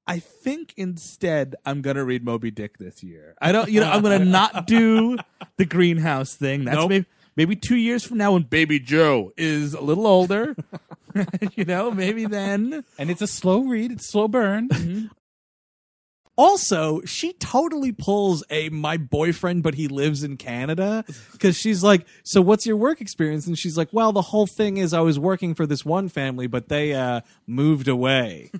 I think instead I'm gonna read Moby Dick this year. I don't. You know, I'm gonna not do the greenhouse thing. That's
Nope.
maybe maybe two years from now when Baby Joe is a little older. [LAUGHS] you know, maybe then.
Mm-hmm. and it's a slow read, it's slow burn.
Also, she totally pulls a my boyfriend, but he lives in Canada because she's like, so what's your work experience? And she's like, well, the whole thing is I was working for this one family, but they uh, moved away.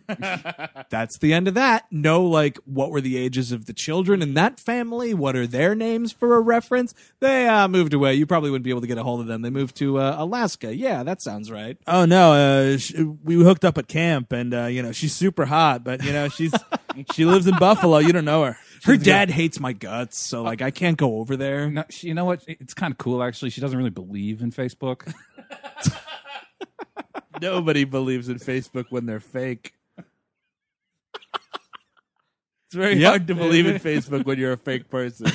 That's the end of that. No, like, what were the ages of the children in that family? What are their names for a reference? They uh, moved away. You probably wouldn't be able to get a hold of them. They moved to uh, Alaska. Yeah, that sounds right.
oh no, uh, sh we hooked up at camp, and uh, you know she's super hot, but you know she's she lives in Buffalo. You don't know her.
Her dad hates my guts, so like I can't go over there.
No, she, you know what? It's kind of cool actually. She doesn't really believe
[LAUGHS]
in Facebook.
Nobody believes in Facebook when they're fake. It's very
Yep.
hard to believe in Facebook when you're a fake [LAUGHS] person.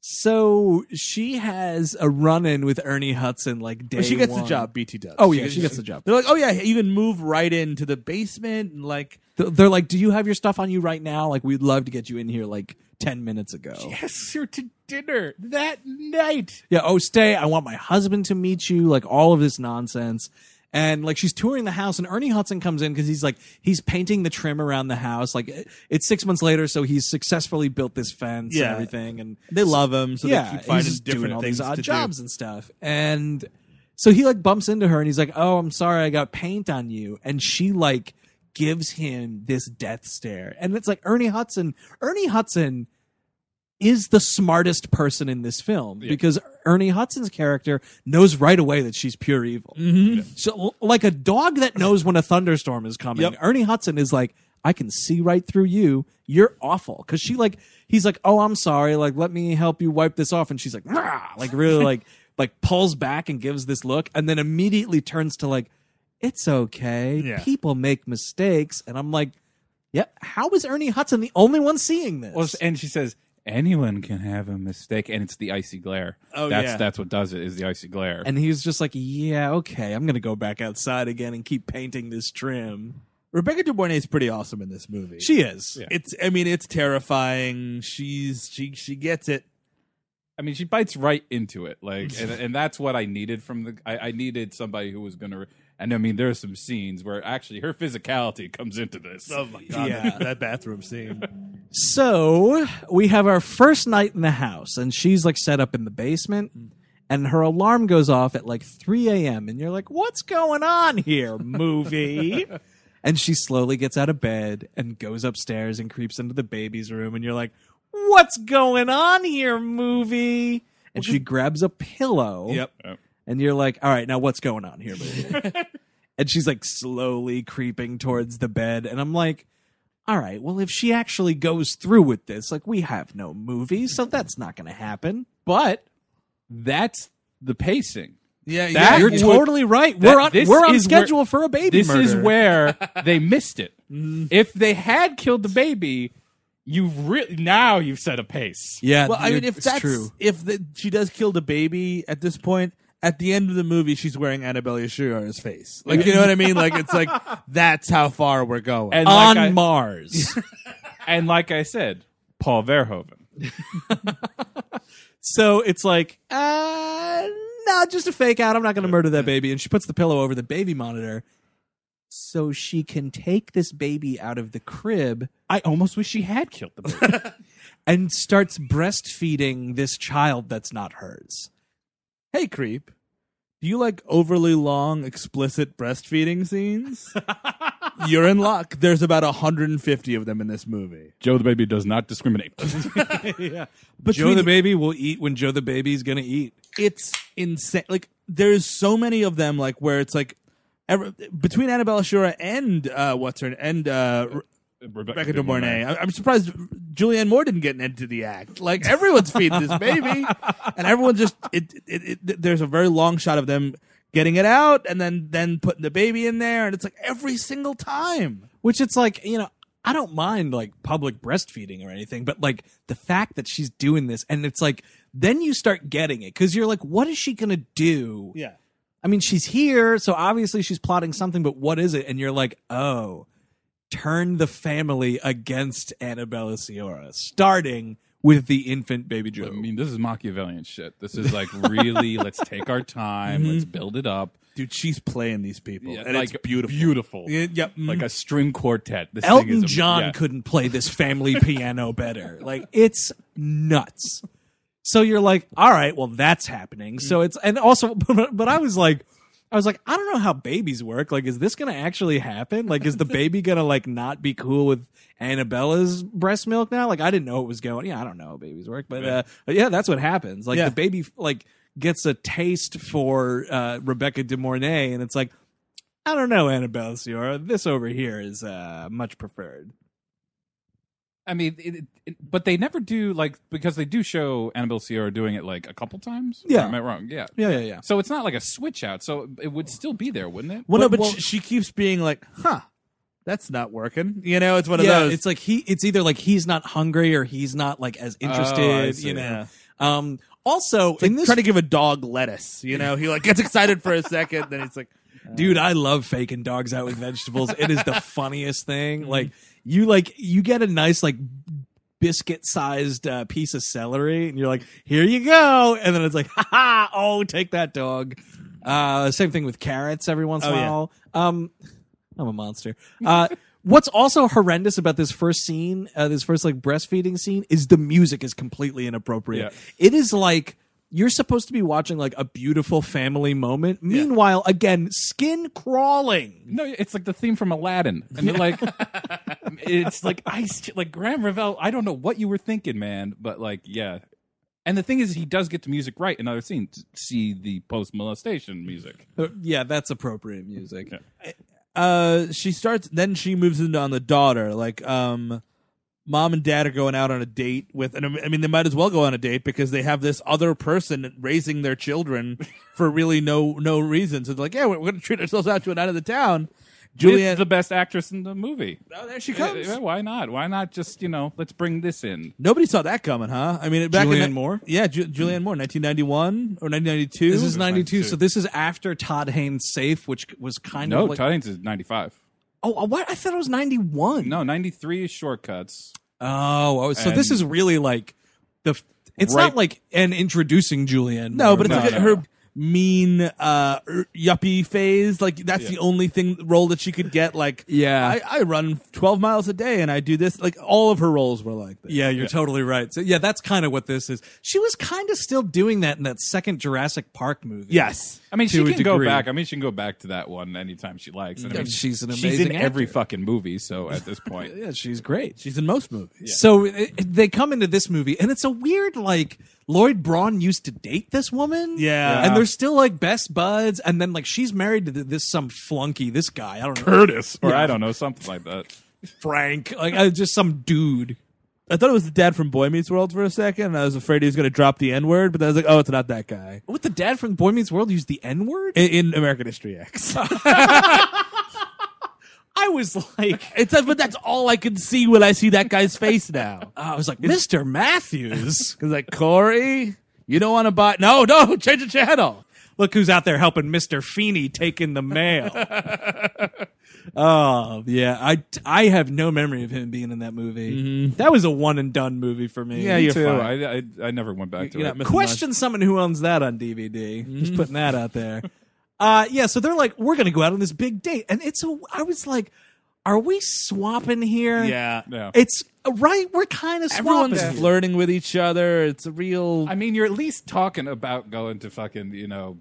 So she has a run in with Ernie Hudson like day.
But she gets the
one.
job. BT does.
Oh yeah, she gets the job.
They're like, oh yeah, you can move right into the basement and like
Th- They're like, "Do you have your stuff on you right now? Like, we'd love to get you in here like ten minutes ago."
yes, you're to dinner that night.
yeah oh stay i want my husband to meet you like all of this nonsense and like she's touring the house and ernie hudson comes in because he's like he's painting the trim around the house like it- it's six months later so he's successfully built this fence
Yeah.
and everything and
they love him, so
yeah
they keep
he's
finding
just doing
different
all
things
these odd
to
jobs and stuff and so he like bumps into her and he's like oh i'm sorry i got paint on you and she like gives him this death stare and it's like ernie hudson ernie hudson is the smartest person in this film because Ernie Hudson's character knows right away that she's pure evil. So, l- like a dog that knows when a thunderstorm is coming,
Yep.
Ernie Hudson is like, I can see right through you. You're awful. Cause she like, he's like, Oh, I'm sorry. Like, let me help you wipe this off. And she's like, "Rah!" like really like, [LAUGHS] like pulls back and gives this look and then immediately turns to like, it's okay.
Yeah.
People make mistakes. And I'm like, yep. How is Ernie Hudson the only one seeing this?
Well, and she says anyone can have a mistake, and it's the icy glare.
Oh,
that's
yeah.
that's what does it is the icy glare.
And he was just like, "Yeah, okay, I'm gonna go back outside again and keep painting this trim."
do. Rebecca De Mornay is pretty awesome in this movie.
She is.
it's I mean it's terrifying. She's she she gets it.
I mean, she bites right into it,
[LAUGHS]
like, and, and that's what I needed from the. I, I needed somebody who was gonna. And I mean, there are some scenes where actually her physicality comes into this.
Oh [LAUGHS] my
God, that-
that bathroom scene. [LAUGHS]
So we have our first night in the house, and she's like set up in the basement, and her alarm goes off at like 3 a.m. And you're like, "What's going on here, movie?" and she slowly gets out of bed and goes upstairs and creeps into the baby's room, and you're like, "What's going on here, movie?" And she grabs a pillow.
Yep.
And you're like, all right, now what's going on here, baby? and she's like slowly creeping towards the bed. And I'm like, all right, well, if she actually goes through with this, like, we have no movie, so that's not going to happen. But
That's the pacing.
Yeah,
That-
you're
would-
totally right.
that-
we're on,
this
we're on
is where-
schedule for a baby
This is
murder.
[LAUGHS]
where they missed it.
Mm.
if they had killed the baby, you've really now you've set a pace.
Yeah.
Well, I mean,
dude,
if
it's
that's
true.
if the, she does kill the baby at this point, at the end of the movie, she's wearing Annabelle Yeshur's face. Like, you know what I mean? Like,
[LAUGHS]
it's like that's how far we're going.
And
On
like
[LAUGHS]
I,
Mars.
and like I said, Paul Verhoeven.
So it's like, uh, no, just a fake out. I'm not going to murder that baby. And she puts the pillow over the baby monitor so she can take this baby out of the crib
I almost wish she had killed the baby.
and starts breastfeeding this child that's not
[LAUGHS]
hers.
hey, creep, do you like overly long, explicit breastfeeding
[LAUGHS]
scenes? You're in luck. There's about 150 of them in this movie.
Joe the baby does not discriminate. [LAUGHS]
yeah. But Joe
Between-
the baby will eat when Joe the baby's going to eat.
it's insane. Like there's so many of them. Like where it's like ever, between Annabella Shura and uh, what's her and uh, Re- Rebecca De Mornay. I- I'm surprised Julianne Moore didn't get into the act. Like everyone's feeding
[LAUGHS]
this baby, and everyone just it, it, it, th- There's a very long shot of them getting it out and then then putting the baby in there, and it's like every single time.
Which it's like, you know, I don't mind like public breastfeeding or anything, but like the fact that she's doing this and it's like, then you start getting it because you're like, what is she going to do?
Yeah.
I mean, she's here, so obviously she's plotting something, but what is it? And you're like, oh, turn the family against Annabella Ciora, starting with the infant baby
I
Joe.
[LAUGHS]
mean, this is Machiavellian shit. This is like really, let's take our time, let's build it up.
dude, she's playing these people,
Yeah,
Mm-hmm. and
like
it's beautiful.
beautiful.
Yeah, yep. mm-hmm.
Like a string quartet. This thing is
Elton
a-
John
yeah.
couldn't play this
[LAUGHS]
family piano better. Like it's nuts. So you're like, all right, well that's happening. So it's and also, [LAUGHS] but, but I was like, I was like, I don't know how babies work. Like, is this gonna actually happen? Like,
[LAUGHS]
is the baby gonna like not be cool with Annabella's breast milk now? Like, I didn't know it was going. Yeah, I don't know how babies work, but uh, but yeah, that's what happens. Like
Yeah.
the baby like gets a taste for uh, Rebecca De Mornay, and it's like, I don't know, Annabelle Ciora. This over here is uh, much preferred.
I mean, it, it- it- but they never do like because they do show Annabelle Sierra doing it like a couple times.
Yeah.
am I wrong? Yeah.
Yeah, yeah, yeah.
So it's not like a switch out. So it would still be there, wouldn't it?
Well, no, but
well-
sh- she keeps being like, "Huh, that's not working." You know, it's one of
yeah,
those.
it's like he. It's either like he's not hungry or he's not like as interested.
Oh, I see.
you know. Um. Also,
It's like
in this,
trying to give a dog lettuce. You know, he like gets excited for a second, then he's like,
dude, I love faking dogs out with vegetables. it
[LAUGHS]
is the funniest
Mm-hmm.
thing. Like you, like you get a nice like biscuit-sized uh, piece of celery, and you're like, here you go, and then it's like, ha ha, oh, take that dog. Uh, same thing with carrots every once in
Oh,
a
yeah.
while. Um, I'm a monster. Uh, what's also horrendous about this first scene, uh, this first like breastfeeding scene, is the music is completely inappropriate. It is like you're supposed to be watching like a beautiful family moment. Meanwhile, again, skin crawling.
No, it's like the theme from Aladdin, and they're like,
[LAUGHS]
it's like I like Graham Revell. I don't know what you were thinking, man, but like, yeah. And the thing is, he does get the music right in other scenes. See the post molestation music.
Uh, Yeah, that's appropriate music.
Yeah.
uh she starts then she moves into on the daughter like um mom and dad are going out on a date with and i mean they might as well go on a date because they have this other person raising their children for really no no reason so they're like yeah we're, going to treat ourselves out to a night of the town julianne
Julianne, the best actress in the movie.
oh there she
Yeah,
comes
yeah, Why not? Why not just you know? Let's bring this in.
nobody saw that coming huh i mean back in
Julianne
that-
Moore?
yeah Ju- julianne moore 1991 or 1992
This is 92, so this is after Todd Haynes' Safe, which was kind
No,
of like.
Todd Haynes is ninety five.
oh, uh, what? I thought it was 91.
No, ninety three is shortcuts.
Oh, oh, so this
And-
is really like the. f- It's
Right-
not like an introducing Julianne.
No,
Moore,
but it's
No,
like
no,
her
no.
mean uh er, yuppie phase. Like that's
Yeah.
the only thing role that she could get. Like
Yeah.
I, I run twelve miles a day and I do this. Like all of her roles were like this.
Yeah, you're totally right. So yeah, that's kind of what this is. She was kind of still doing that in that second Jurassic Park movie.
Yes.
I mean, she
To
can
a
go
degree.
back. I mean, she can go back to that one anytime she likes. And I mean,
she's an amazing.
she's in every
actor.
fucking movie. So at this
[LAUGHS]
point,
Yeah, she's great.
She's in most movies.
So it, it- they come into this movie, and it's a weird like Lloyd Braun used to date this woman.
Yeah.
and they're still like best buds, and then like she's married to th- this some flunky, this guy. I don't know,
Curtis, or I don't know, something like that.
Frank, like uh, just some dude.
I thought it was the dad from Boy Meets World for a second, and I was afraid he was going to drop the N word, but then I was like, oh, it's not that guy.
What the dad from Boy Meets World used the N word?
In, in American History X.
I was like,
it's but that's all I can see when I see that guy's face now.
[LAUGHS] I was like, Mr. Matthews. [LAUGHS]
Because like Corey, you don't want to buy. No, no, [LAUGHS] change the channel.
Look who's out there helping Mr. Feeney take in the mail. oh, yeah. I, I have no memory of him being in that movie. That was a one and done movie for me.
Yeah, you're
too.
fine.
I, I I never went back to
You're
it.
not missing much.
Question someone who owns that on DVD. Just putting that out there. Uh, yeah, so they're like, we're going to go out on this big date. And it's a, I was like, are we swapping here?
Yeah.
Yeah.
It's uh, right. We're kind of swapping.
Everyone's
here.
flirting with each other. It's a real.
I mean, you're at least talking about going to fucking you know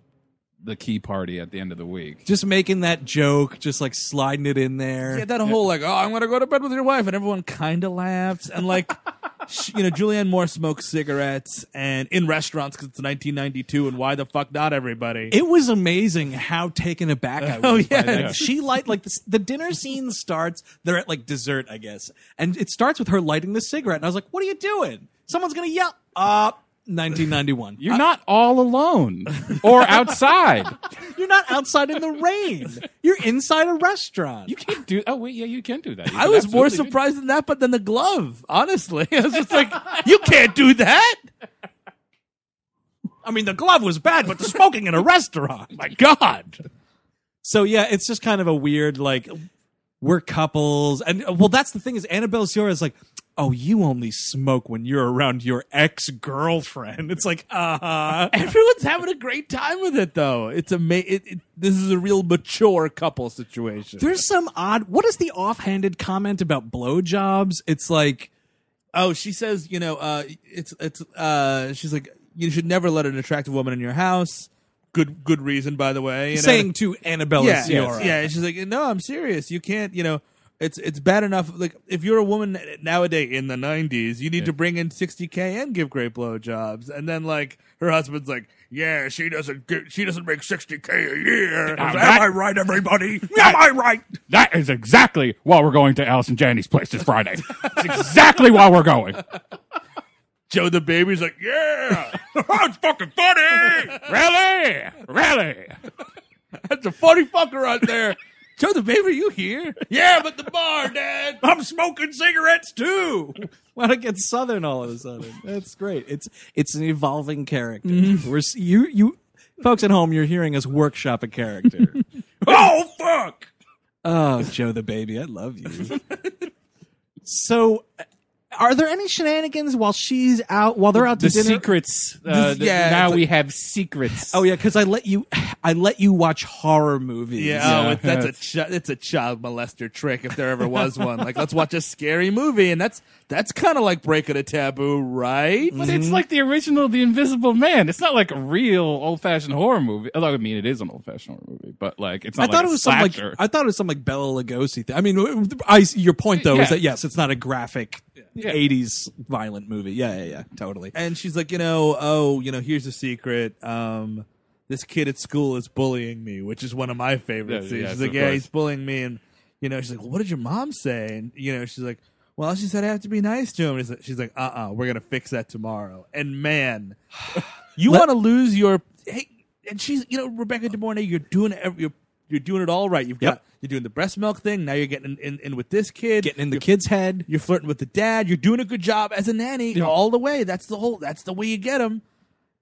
the key party at the end of the week.
just making that joke, just like sliding it in there.
yeah, that whole like, oh, I'm gonna go to bed with your wife, and everyone kind of laughs, and like, sh you know, Julianne Moore smokes cigarettes and in restaurants because it's 1992, and why the fuck not everybody?
It was amazing how taken aback [LAUGHS] I was.
Oh, yeah.
by that. she light like this, the dinner scene starts. They're at like dessert, I guess, and it starts with her lighting the cigarette. And I was like, "What are you doing? Someone's gonna yell!" Uh, 1991.
You're not all alone or outside.
You're not outside in the rain. You're inside a restaurant.
You can't do. Oh wait, yeah, you can do that. You
I
can
was more
absolutely do-
surprised than that, but then the glove. Honestly, [LAUGHS] I was just like, you can't do that.
I mean, the glove was bad, but the smoking in a restaurant.
My God.
So yeah, it's just kind of a weird like we're couples, and uh, well, that's the thing is Annabelle Ciora is like oh, you only smoke when you're around your ex girlfriend. It's like, uh,
Everyone's having a great time with it, though. It's ama- it, it, This is a real mature couple situation.
there's some odd. What is the offhanded comment about blowjobs? It's like,
oh, she says, you know, uh, it's it's. Uh, she's like, you should never let an attractive woman in your house. Good, good reason, by the way. you know?
saying to Annabella
yeah,
Ciara.
yeah. And she's like, no, I'm serious. You can't, you know, it's it's bad enough. Like if you're a woman nowadays in the '90s, you need to bring in 60k and give great blowjobs. And then like her husband's like, yeah, she doesn't get, she doesn't make 60k a year.
I'm
Am
not-
I right, everybody?
Am I right? That is exactly why we're going to Alice and Janie's place this Friday. That's exactly why we're going.
Joe the baby's like, yeah, [LAUGHS]
That's fucking funny. Really? Really?
that's a funny fucker out there. Joe the baby, are you here? Yeah, but the bar, Dad.
I'm smoking cigarettes too. Why don't get southern all of a sudden? That's great. It's it's an evolving character.
Mm-hmm.
We're s- you you folks at home. You're hearing us workshop a
[LAUGHS]
character.
Oh fuck!
oh,
Uh.
Joe the baby, I love you. so, uh, are there any shenanigans while she's out? While they're out to
The
dinner?
secrets. Uh,
This-
the-
yeah,
now
it's
we have secrets.
Oh yeah, because I let you I let you watch horror movies.
Yeah,
Yeah.
oh, it's, that's a chi- it's a child molester trick if there ever was one. Like, let's watch a scary movie, and that's that's kind of like breaking a taboo, right?
But it's like the original The Invisible Man. It's not like a real old fashioned horror movie. Although, I mean, it is an old fashioned horror movie, but like it's
I
not
thought
like
it
a
was some like
slasher.
I thought it was some like Bella Lugosi thing. I mean, I, your point though is
Yeah.
that yes, it's not a graphic '80s violent movie. Yeah, yeah, yeah, totally.
And she's like, you know, oh, you know, here's a secret. Um, this kid at school is bullying me, which is one of my favorite
Yeah,
scenes.
yes,
she's like,
of
yeah,
course.
he's bullying me, and you know, she's like, what did your mom say? And you know, she's like, well, she said I have to be nice to him. And he's like- she's like, uh, uh-uh, uh, we gonna fix that tomorrow. And man, [SIGHS] you want to lose your hey, and she's you know Rebecca De Mornay, you're doing ev- you're you're doing it all right. You've got
Yep.
you're doing the breast milk thing. Now you're getting in, in, in with this kid,
Getting in the
You're-
kid's head.
you're flirting with the dad. You're doing a good job as a nanny all the way. That's the whole. That's the way you get him.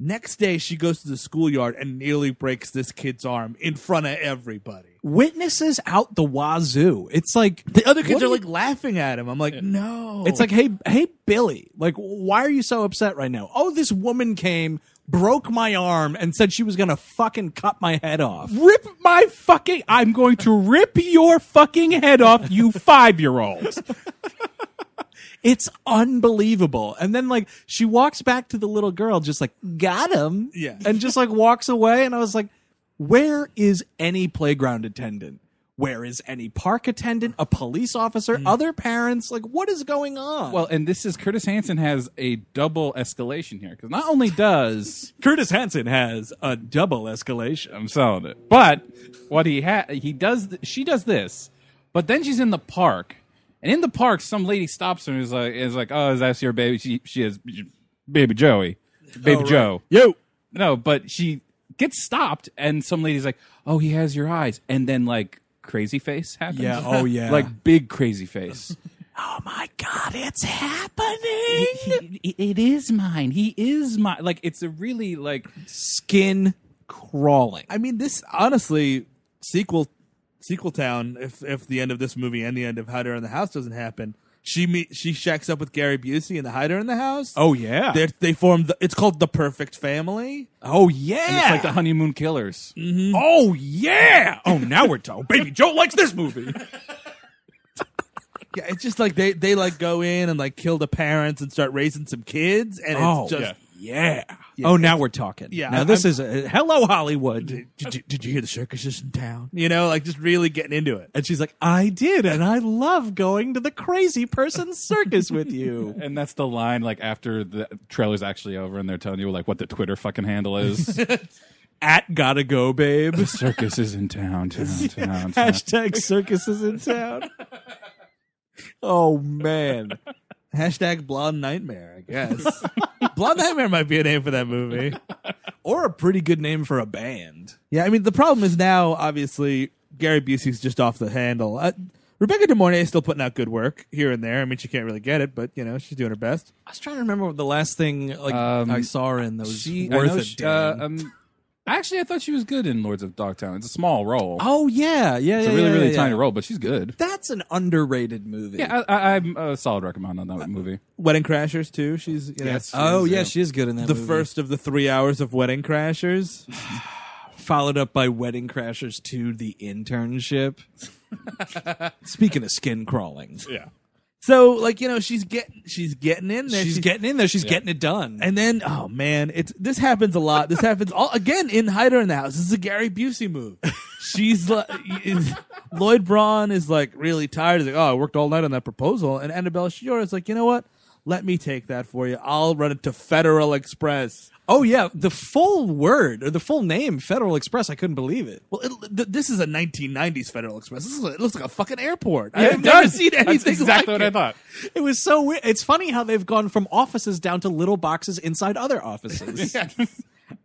Next day, she goes to the schoolyard and nearly breaks this kid's arm in front of everybody.
Witnesses out the wazoo. It's like
The other kids
What
are
do
like "Oh." laughing at him. I'm like, no.
It's like, hey, hey, Billy, like, why are you so upset right now? Oh, this woman came, broke my arm, and said she was gonna fucking cut my head off.
rip my fucking I'm going to rip your fucking head off, you five year old.
It's unbelievable. And then like she walks back to the little girl, just like got him,
Yeah.
and just like walks away. And I was like, where is any playground attendant? Where is any park attendant? A police officer? Other parents? Like, what is going on?
Well, and this is Curtis Hanson has a double escalation here because not only does
[LAUGHS] Curtis Hanson has a double escalation.
I'm selling it, but what he ha- he does th- she does this, but then she's in the park, and in the park some lady stops her and is like is like oh is that your baby she she has baby Joey
Oh,
baby Joe
yo.
No, but she gets stopped, and some lady's like, "Oh, he has your eyes," and then like crazy face happens.
Yeah, oh, yeah.
like big crazy [LAUGHS] face.
Oh my god, it's happening!
He- he- it is mine. He is mine. Like it's a really like
Skin crawling.
I mean, this honestly sequel, sequel town. If if the end of this movie and the end of Hider in the House doesn't happen, she meet she shacks up with Gary Busey in the Hider in the House.
Oh yeah.
They're- they form. The, it's called the Perfect Family.
oh yeah.
and it's like the honeymoon killers.
oh yeah. Oh now we're talking. Baby Joe likes this movie.
Yeah, it's just like they they like go in and like kill the parents and start raising some kids, and
Oh,
it's just.
yeah. Oh, now we're talking.
Yeah,
Now
I-
this is a, hello Hollywood.
Did, you, did you hear the circus is in town? You know, like just really getting into it.
And she's like, I did, and I love going to the crazy person circus
[LAUGHS]
with you.
And that's the line like after the trailer's actually over, and they're telling you like what the Twitter fucking handle [LAUGHS] is.
At gotta go, babe.
the circus is in town, [LAUGHS] town, town, town.
Hashtag circuses in town. Oh man.
[LAUGHS] Hashtag blonde nightmare, I guess. [LAUGHS] blonde nightmare might be a name for that movie.
Or a pretty good name for a band.
Yeah, I mean the problem is now obviously Gary Busey's just off the handle. Uh, Rebecca De Mornay is still putting out good work here and there. I mean, she can't really get it, but you know she's doing her best.
I was trying to remember what the last thing like
Um,
I saw her in that was
She, I
worth
know
a
she-
damn.
uh, um, Actually, I thought she was good in Lords of Dogtown. It's a small role.
Oh yeah, yeah, yeah,
it's a really,
yeah,
really
yeah,
tiny
yeah.
role, but she's good.
That's an underrated movie.
Yeah, uh, I, I, I'm a solid recommend on that movie.
Wedding Crashers too. She's you know,
Yes.
oh
She is,
yeah,
yeah.
she is good in that.
the
movie.
first of the three hours of Wedding Crashers.
followed up by Wedding Crashers to the internship.
[LAUGHS]
Speaking of skin crawling,
So like you know she's getting she's getting in there.
she's getting in there. She's getting it done.
and then oh man, it's this happens a lot. This happens all again in Hider in the House. This is a Gary Busey move. She's like is- Lloyd Braun is like really tired. He's like, oh, I worked all night on that proposal, and Annabelle Shior is like, you know what? Let me take that for you. I'll run it to Federal Express.
oh yeah, the full word or the full name, Federal Express. I couldn't believe it.
Well, it, th- this is a 1990s Federal Express. This is, it looks like a fucking airport.
Yeah,
I've
it
never
does.
seen anything
That's exactly
like
what I
it.
thought.
It was so weird. It's funny how they've gone from offices down to little boxes inside other
[LAUGHS]
offices.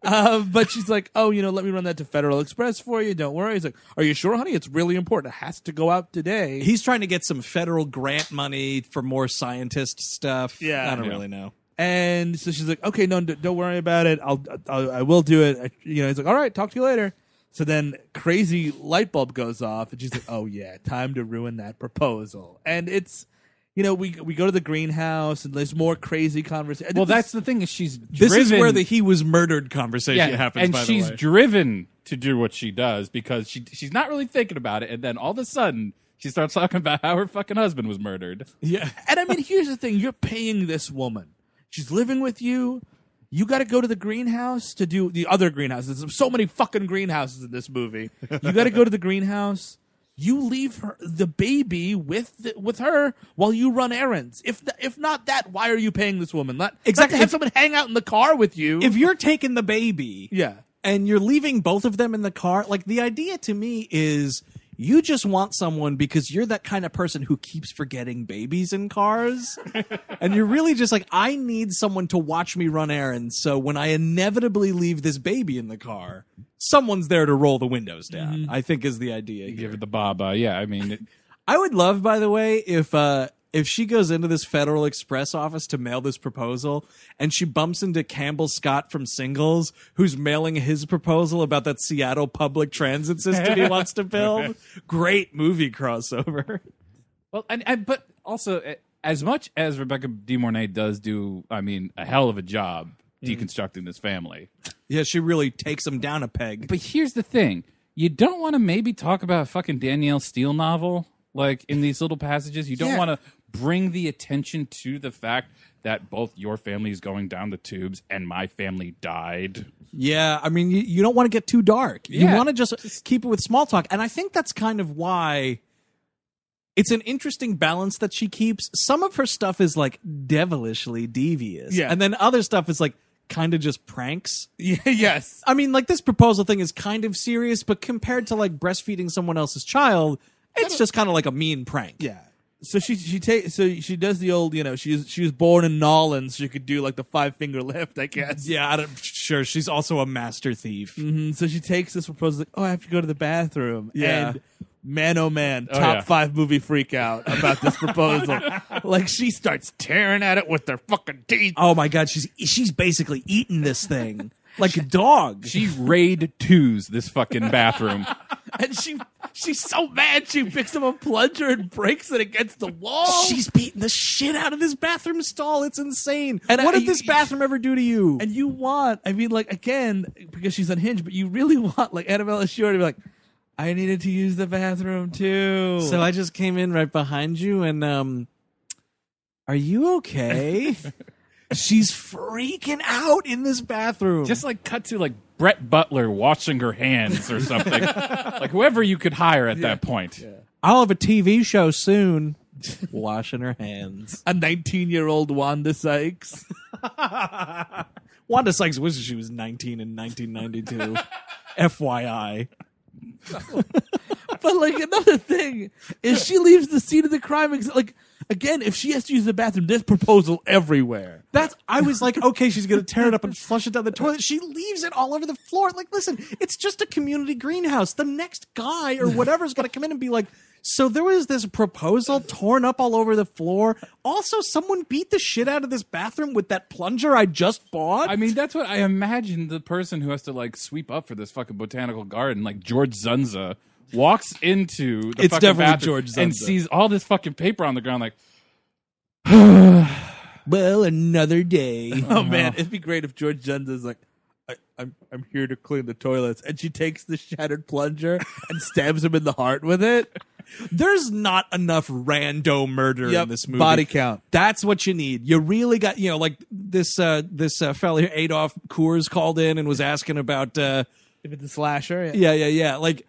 Uh, but she's like, oh, you know, let me run that to Federal Express for you. Don't worry. He's like, are you sure, honey? It's really important. It has to go out today.
He's trying to get some federal grant money for more scientist stuff.
Yeah.
I don't
Yeah.
really know.
and so she's like, okay, no, d- don't worry about it. I'll, I'll I will do it. I, you know, he's like, all right, talk to you later. So then crazy light bulb goes off, and she's like, oh yeah, time to ruin that proposal. And it's, you know, we we go to the greenhouse, and there's more crazy conversation.
Well, that's the thing is she's
This is
driven-
where the he was murdered conversation happens.
and
by
she's
the way.
driven to do what she does because she she's not really thinking about it, and then all of a sudden she starts talking about how her fucking husband was murdered.
yeah.
And I mean, here's the thing: you're paying this woman. She's living with you. You got to go to the greenhouse to do the other greenhouses. There's so many fucking greenhouses in this movie. You got to go to the greenhouse. You leave her the baby with the, with her while you run errands. If th- if not that, why are you paying this woman? Not,
Exactly.
Not to have
If-
someone hang out in the car with you.
If you're taking the baby,
yeah.
and you're leaving both of them in the car. Like the idea to me is you just want someone because you're that kind of person who keeps forgetting babies in cars. and you're really just like, I need someone to watch me run errands. So when I inevitably leave this baby in the car, someone's there to roll the windows down, I think is the idea. here.
Give it the baba. Yeah, I mean, it,
I would love, by the way, if uh if she goes into this Federal Express office to mail this proposal and she bumps into Campbell Scott from Singles, who's mailing his proposal about that Seattle public transit system [LAUGHS] he wants to build. Great movie crossover.
well, and, and but also eh, as much as Rebecca De Mornay does do, I mean, a hell of a job
Mm-hmm.
deconstructing this family.
Yeah, she really takes him down a peg.
But here's the thing: you don't want to maybe talk about fucking Danielle Steele novel like in these little passages. You don't
Yeah.
want to bring the attention to the fact that both your family is going down the tubes and my family died.
Yeah, I mean, you, you don't want to get too dark. You
Yeah.
want to just keep it with small talk. And I think that's kind of why it's an interesting balance that she keeps. Some of her stuff is like devilishly devious.
Yeah.
And then other stuff is like kind of just pranks.
[LAUGHS] Yeah. Yes.
I mean, like this proposal thing is kind of serious, but compared to like breastfeeding someone else's child, it's just kind of like a mean prank.
Yeah. So she she takes so she does the old you know she was she was born in Nolans she could do like the five finger lift I guess
Yeah, I don't, sure. She's also a master thief.
And so she takes this proposal, like, oh, I have to go to the bathroom.
Yeah.
And man, oh man, top
yeah.
five movie freak out about this proposal. like she starts tearing at it with their fucking teeth.
Oh my god, she's she's basically eating this thing like a dog.
She raid twos this
[LAUGHS]
fucking bathroom.
And she she's so mad she picks up a plunger and breaks it against the wall.
She's beating the shit out of this bathroom stall. It's insane.
And
what
I-
did this bathroom ever do to you?
and you want, I mean, like again, because she's unhinged, but you really want like Annabelle is sure to be like, I needed to use the bathroom too.
so I just came in right behind you and um are you okay? [LAUGHS] She's freaking out in this bathroom.
Just like cut to like Brett Butler washing her hands or
[LAUGHS]
something. like whoever you could hire at that point.
I'll have a TV show soon. [LAUGHS] Washing her hands.
a 19 year old Wanda Sykes.
Wanda Sykes wishes she was 19 in [LAUGHS] 1992. FYI.
But like another thing is she leaves the scene of the crime ex- like again if she has to use the bathroom there's proposal everywhere.
That's I was
[LAUGHS]
like, okay, she's gonna tear it up and flush it down the toilet. She leaves it all over the floor. Like, listen, it's just a community greenhouse. The next guy or whatever's gonna come in and be like, So there was this proposal torn up all over the floor. Also, someone beat the shit out of this bathroom with that plunger I just bought.
I mean, that's what I imagine the person who has to like sweep up for this fucking botanical garden, like George Zunza, walks into the
It's
fucking
definitely
bathroom
George
and
Zunza.
sees all this fucking paper on the ground, like
well, another
[LAUGHS]
day.
Oh man, it'd be great if George Jensen's like, I, I'm I'm here to clean the toilets, and she takes the shattered plunger and stabs him in the heart with it.
There's not enough rando murder
Yep,
in this movie.
body count.
That's what you need. You really got you know like this uh this uh, fella here, Adolf Coors called in and was asking about uh
If it's a slasher, yeah.
yeah yeah yeah like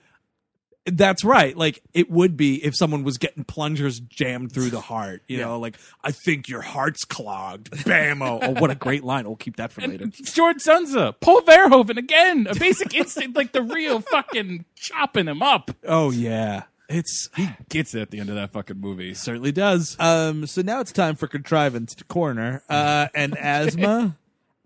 that's right like it would be if someone was getting plungers jammed through the heart you know like i think your heart's clogged bammo oh what a great line we'll keep that for later
George Zunza, Paul Verhoeven again, a basic instinct, like the real fucking chopping him up.
[LAUGHS] oh yeah it's he
Gets it at the end of that fucking movie.
certainly does
Um, so now it's time for contrivance to corner. Uh, and asthma,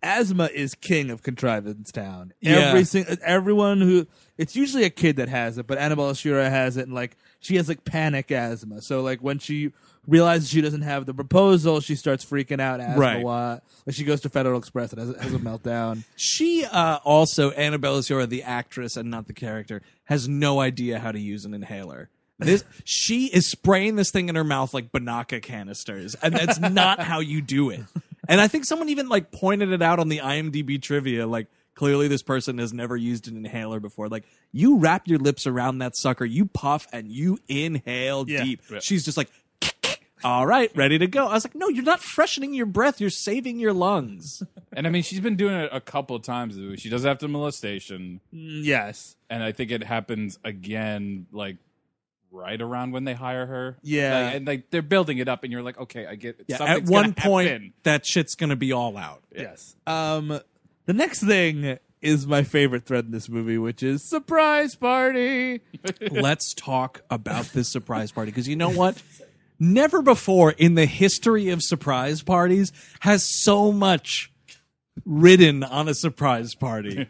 asthma is king of contrivance town. Every
Yeah.
sing- everyone who it's usually a kid that has it, but Annabelle Shura has it, and like she has like panic asthma. So like when she realizes she doesn't have the proposal, she starts freaking out. Asthma,
Right.
wa- like she goes to Federal Express and has, has a meltdown.
she uh also annabelle Zora, the actress and not the character has no idea how to use an inhaler this [LAUGHS] she is spraying this thing in her mouth like banaka canisters and
[LAUGHS]
that's not how you do it and i think someone even like pointed it out on the imdb trivia like clearly this person has never used an inhaler before like you wrap your lips around that sucker you puff and you inhale
Yeah.
deep she's just like all right ready to go i was like no you're not freshening your breath you're saving your lungs
And I mean, she's been doing it a couple of times. She does after molestation,
yes.
and I think it happens again, like right around when they hire her.
Yeah.
Like, and like they're building it up, and you're like, okay, I get.
Yeah, at
something's
one
gonna
point,
happen.
that shit's gonna be all out.
Yes. Um, the next thing is my favorite thread in this movie, which is surprise party.
Let's talk about this surprise party because you know what? Never before in the history of surprise parties has so much ridden on a surprise
[LAUGHS]
party.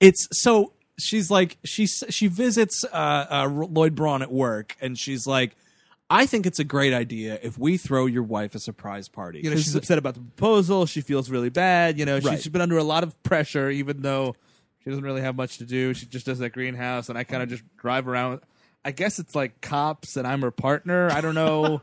it's so she's like she s- she visits uh, uh, Lloyd Braun at work, and she's like. I think it's a great idea if we throw your wife a surprise party.
you know
'Cause
she's upset about the proposal she feels really bad you know she,
Right.
she's been under a lot of pressure even though she doesn't really have much to do she just does that greenhouse and i kind of just drive around i guess it's like cops and i'm her partner i
[LAUGHS]
don't know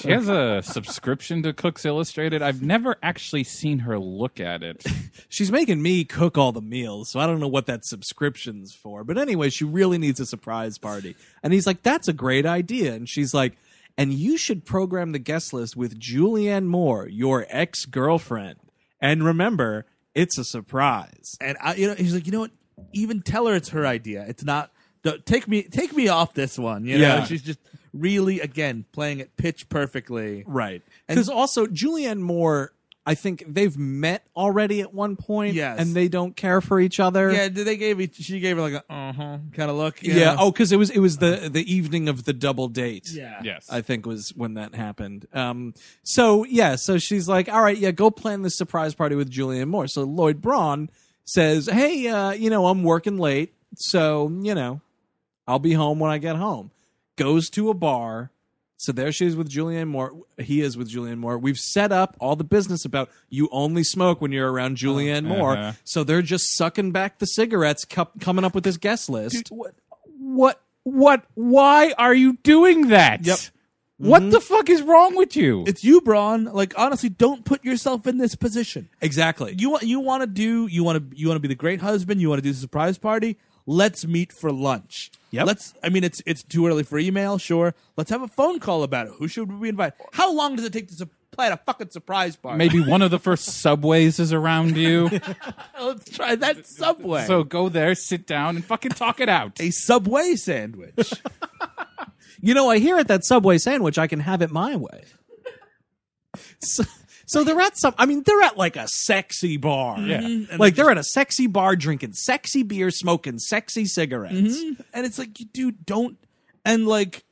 She has a [LAUGHS] subscription to Cooks Illustrated. I've never actually seen her look at [LAUGHS] it.
She's making me cook all the meals, so I don't know what that subscription's for. But anyway, she really needs a surprise party. And he's like, that's a great idea. And she's like, and you should program the guest list with Julianne Moore, your ex girlfriend. And remember, it's a surprise.
and i you know he's like you know what even tell her it's her idea it's not don't, take me take me off this one you know
Yeah.
she's just really again playing it pitch perfectly
Right. Because also, Julianne Moore, I think they've met already at one point,
Yes.
and they don't care for each other.
yeah they gave each, she gave her like a uh-huh kind of look you
Yeah.
know?
Oh, because it was it was the the evening of the double date.
yeah
yes,
I think was when that happened. Um, so yeah, so she's like, all right, yeah, go plan this surprise party with Julianne Moore. So Lloyd Braun says, hey, uh, you know, I'm working late, so you know, I'll be home when I get home. Goes to a bar. So there she is with Julianne Moore. He is with Julianne Moore. We've set up all the business about you only smoke when you're around Julianne Moore.
Uh-huh.
So they're just sucking back the cigarettes, cup coming up with this guest list. what? What?
Why are you doing that?
Yep.
What the fuck is wrong with you?
it's you, Braun. Like honestly, don't put yourself in this position.
Exactly.
You want you want to do you want to you want to be the great husband. You want to do the surprise party. Let's meet for lunch.
Yep.
Let's. I mean, it's it's too early for email. Sure. Let's have a phone call about it. Who should we invite? How long does it take to su- plan a fucking surprise party?
Maybe one of the first subways is around
[LAUGHS]
you. [LAUGHS]
let's try that subway.
so go there, sit down, and fucking talk it out.
a
[LAUGHS]
subway sandwich.
You know, I hear at that Subway sandwich, I can have it my way. so, so they're at some. I mean, they're at like a sexy bar.
Mhm.
Like they're at a sexy bar drinking sexy beer, smoking sexy cigarettes.
and it's like, you dude, don't and like,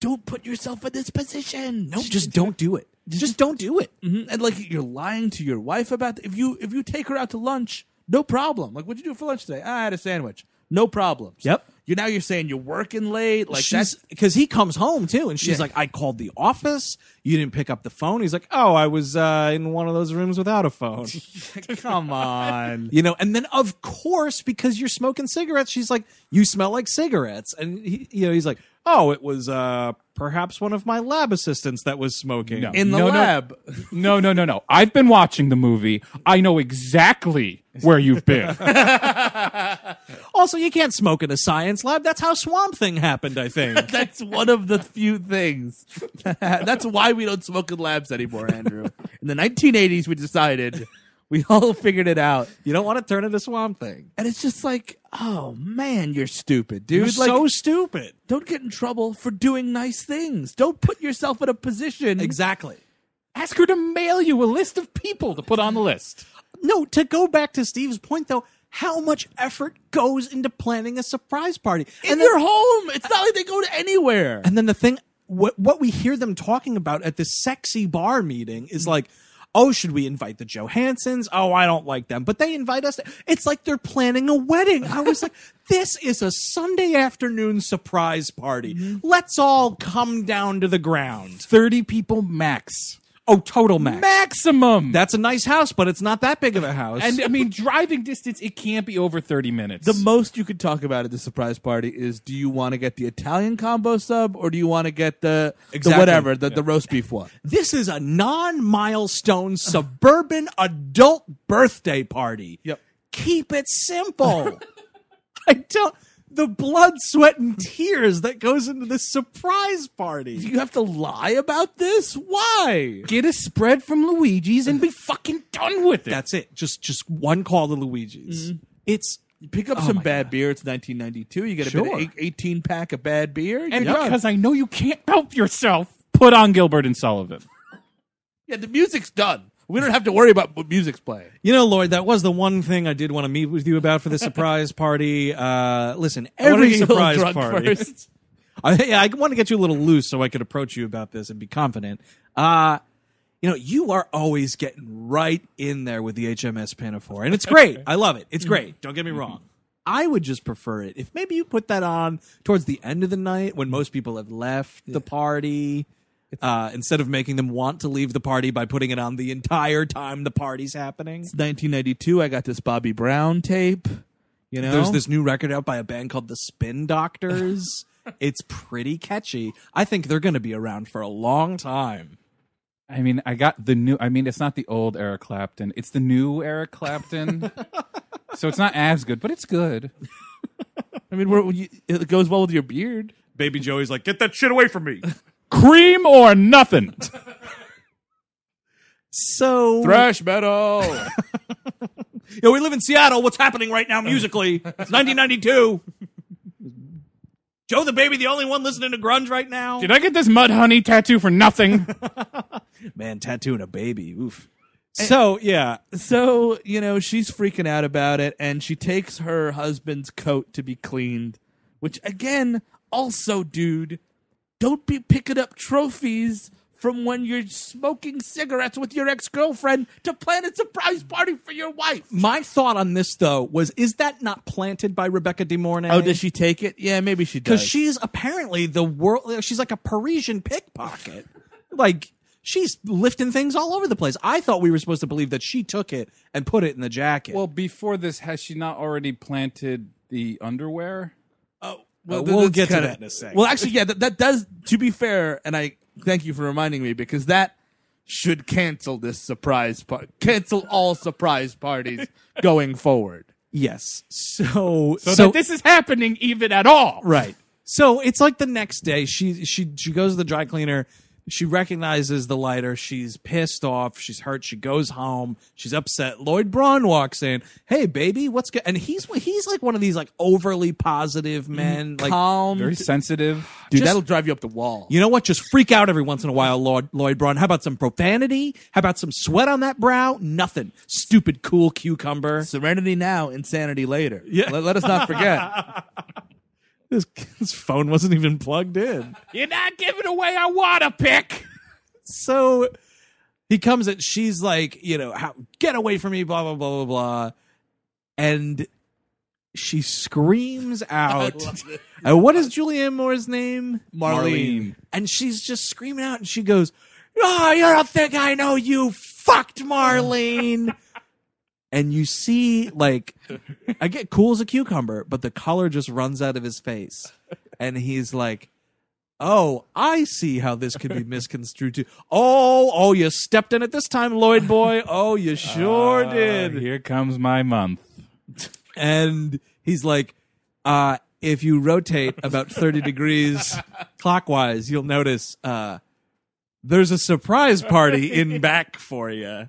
don't put yourself in this position.
No, just don't do it. Just don't do it.
Mhm. Mm-hmm. and like you're lying to your wife about th- if you if you take her out to lunch, no problem. Like, what'd you do for lunch today? "Ah, I had a sandwich, no problem.
Yep.
You're now you're saying you're working late. Like that's
she's because he comes home too, and she's
Yeah.
like, "I called the office. You didn't pick up the phone." He's like, "Oh, I was uh, in one of those rooms without a
[LAUGHS]
phone."
come on.
you know, and then of course, because you're smoking cigarettes, she's like, "You smell like cigarettes," and he, you know, he's like, "Oh, it was uh, perhaps one of my lab assistants that was smoking."
No.
In the
no.
lab. [LAUGHS]
No, no, no, no. I've been watching the movie. I know exactly where you've [LAUGHS] been.
Also, you can't smoke in a science lab. That's how Swamp Thing happened, I think.
That's one of the few things. [LAUGHS] That's why we don't smoke in labs anymore, Andrew. In the 1980s, we decided we all figured it out,
[LAUGHS] you don't want to turn into Swamp Thing.
and it's just like, oh man, you're stupid, dude.
You're
like,
so stupid.
don't get in trouble for doing nice things. Don't put yourself in a position.
Exactly.
Ask her to mail you a list of people to put on the list.
No, to go back to Steve's point though, how much effort goes into planning a surprise party?
In their home. It's not like they go to anywhere.
And then the thing, what, what we hear them talking about at this sexy bar meeting is like, oh, should we invite the Johansons? Oh, I don't like them, but they invite us. It's like they're planning a wedding. I was like, [LAUGHS] this is a Sunday afternoon surprise party. Let's all come down to the ground.
30 people max.
Oh, total max.
Maximum.
That's a nice house, but it's not that big of a house.
and I mean, driving distance, it can't be over 30 minutes.
The most you could talk about at the surprise party is do you want to get the Italian combo sub or do you want to get the, the
Exactly.
whatever, the, the roast beef one?
this is a
[LAUGHS]
non-milestone suburban adult birthday party.
Yep.
Keep it
[LAUGHS]
simple. I don't the blood, sweat, and tears that goes into this surprise party.
You have to lie about this? Why?
Get a spread from Luigi's and be fucking done with it.
That's it. Just just one call to Luigi's.
Mm-hmm.
It's
You pick up some bad beer. It's 1992. You get a bit
Sure.
of eight- 18 pack of bad beer.
and
you're done.
because I know you can't help yourself, put on Gilbert and Sullivan.
yeah, the music's done. We don't have to worry about what music's playing.
you know, Lord, that was the one thing I did want to meet with you about for
[LAUGHS]
the surprise party. Uh, listen,
Wanna
every
get you a little
surprise
drunk
party.
first? [LAUGHS]
I, [LAUGHS] yeah, I want to get you a little loose so I could approach you about this and be confident. Uh, you know, you are always getting right in there with the HMS Pinafore, and it's great. I love it. It's great. Don't get me wrong. I would just prefer it if maybe you put that on towards the end of the night when most people have left the party. Uh, instead of making them want to leave the party by putting it on the entire time the party's happening,
1992. I got this Bobby Brown tape. You know,
there's this new record out by a band called the Spin
[LAUGHS]
Doctors. it's pretty catchy. I think they're going to be around for a long time.
I mean, I got the new. I mean, it's not the old Eric Clapton. It's the new Eric [LAUGHS] Clapton. so it's not as good, but it's good.
I mean, we're, you, it goes well with your beard.
Baby Joey's like, get that shit away from me.
Cream or nothing.
So,
Thrash metal. [LAUGHS]
Yo, we live in Seattle. What's happening right now musically?
[LAUGHS]
It's 1992. Joe the baby, the only one listening to grunge right now.
Did I get this mud honey tattoo for nothing?
Man, tattooing a baby. Oof. So yeah,
So, you know, she's freaking out about it and she takes her husband's coat to be cleaned, which again, also, dude, don't be picking up trophies from when you're smoking cigarettes with your ex girlfriend to plan a surprise party for your wife.
my thought on this though was, is that not planted by Rebecca De Mornay?
Oh, does she take it? Yeah, maybe she does.
because she's apparently the world. She's like a Parisian pickpocket. like she's lifting things all over the place. I thought we were supposed to believe that she took it and put it in the jacket.
well, before this, has she not already planted the underwear?
Uh,
th-
we'll
that's
get to
kinda-
that in
[LAUGHS]
a second.
Well, actually, yeah, that, that does. To be fair, and I thank you for reminding me because that should cancel this surprise part. Cancel all
[LAUGHS]
surprise parties going forward.
yes. So
So, that this is happening even at all.
right. So it's like the next day. She she she goes to the dry cleaner. She recognizes the lighter. She's pissed off. She's hurt. She goes home. She's upset. Lloyd Braun walks in. Hey, baby, what's good? And he's he's like one of these like overly positive
Mm-hmm.
men. Like
Calm,
Very sensitive.
dude.
just-
that'll drive you up the wall.
You know what? Just freak out every once in a while, Lloyd, Lloyd Braun. How about some profanity? How about some sweat on that brow? Nothing. Stupid cool cucumber.
Serenity now, insanity later.
Yeah.
Let, let us not forget.
His, his phone wasn't even plugged in.
You're not giving away a water pick.
So he comes and she's like, you know, how, get away from me, blah, blah, blah, blah, blah. And she screams out. and what is Julianne Moore's name?
Marlene.
And she's just screaming out, and she goes, "Oh, you don't think I know you fucked Marlene." and you see, like, I get cool as a cucumber, but the color just runs out of his face, and he's like. Oh, I see how this could be misconstrued too. Oh, oh, you stepped in it this time, Lloyd boy. Oh, you sure
Uh,
did
Here comes my month.
and he's like, uh, if you rotate about 30 degrees clockwise, you'll notice uh, there's a surprise party in back for you.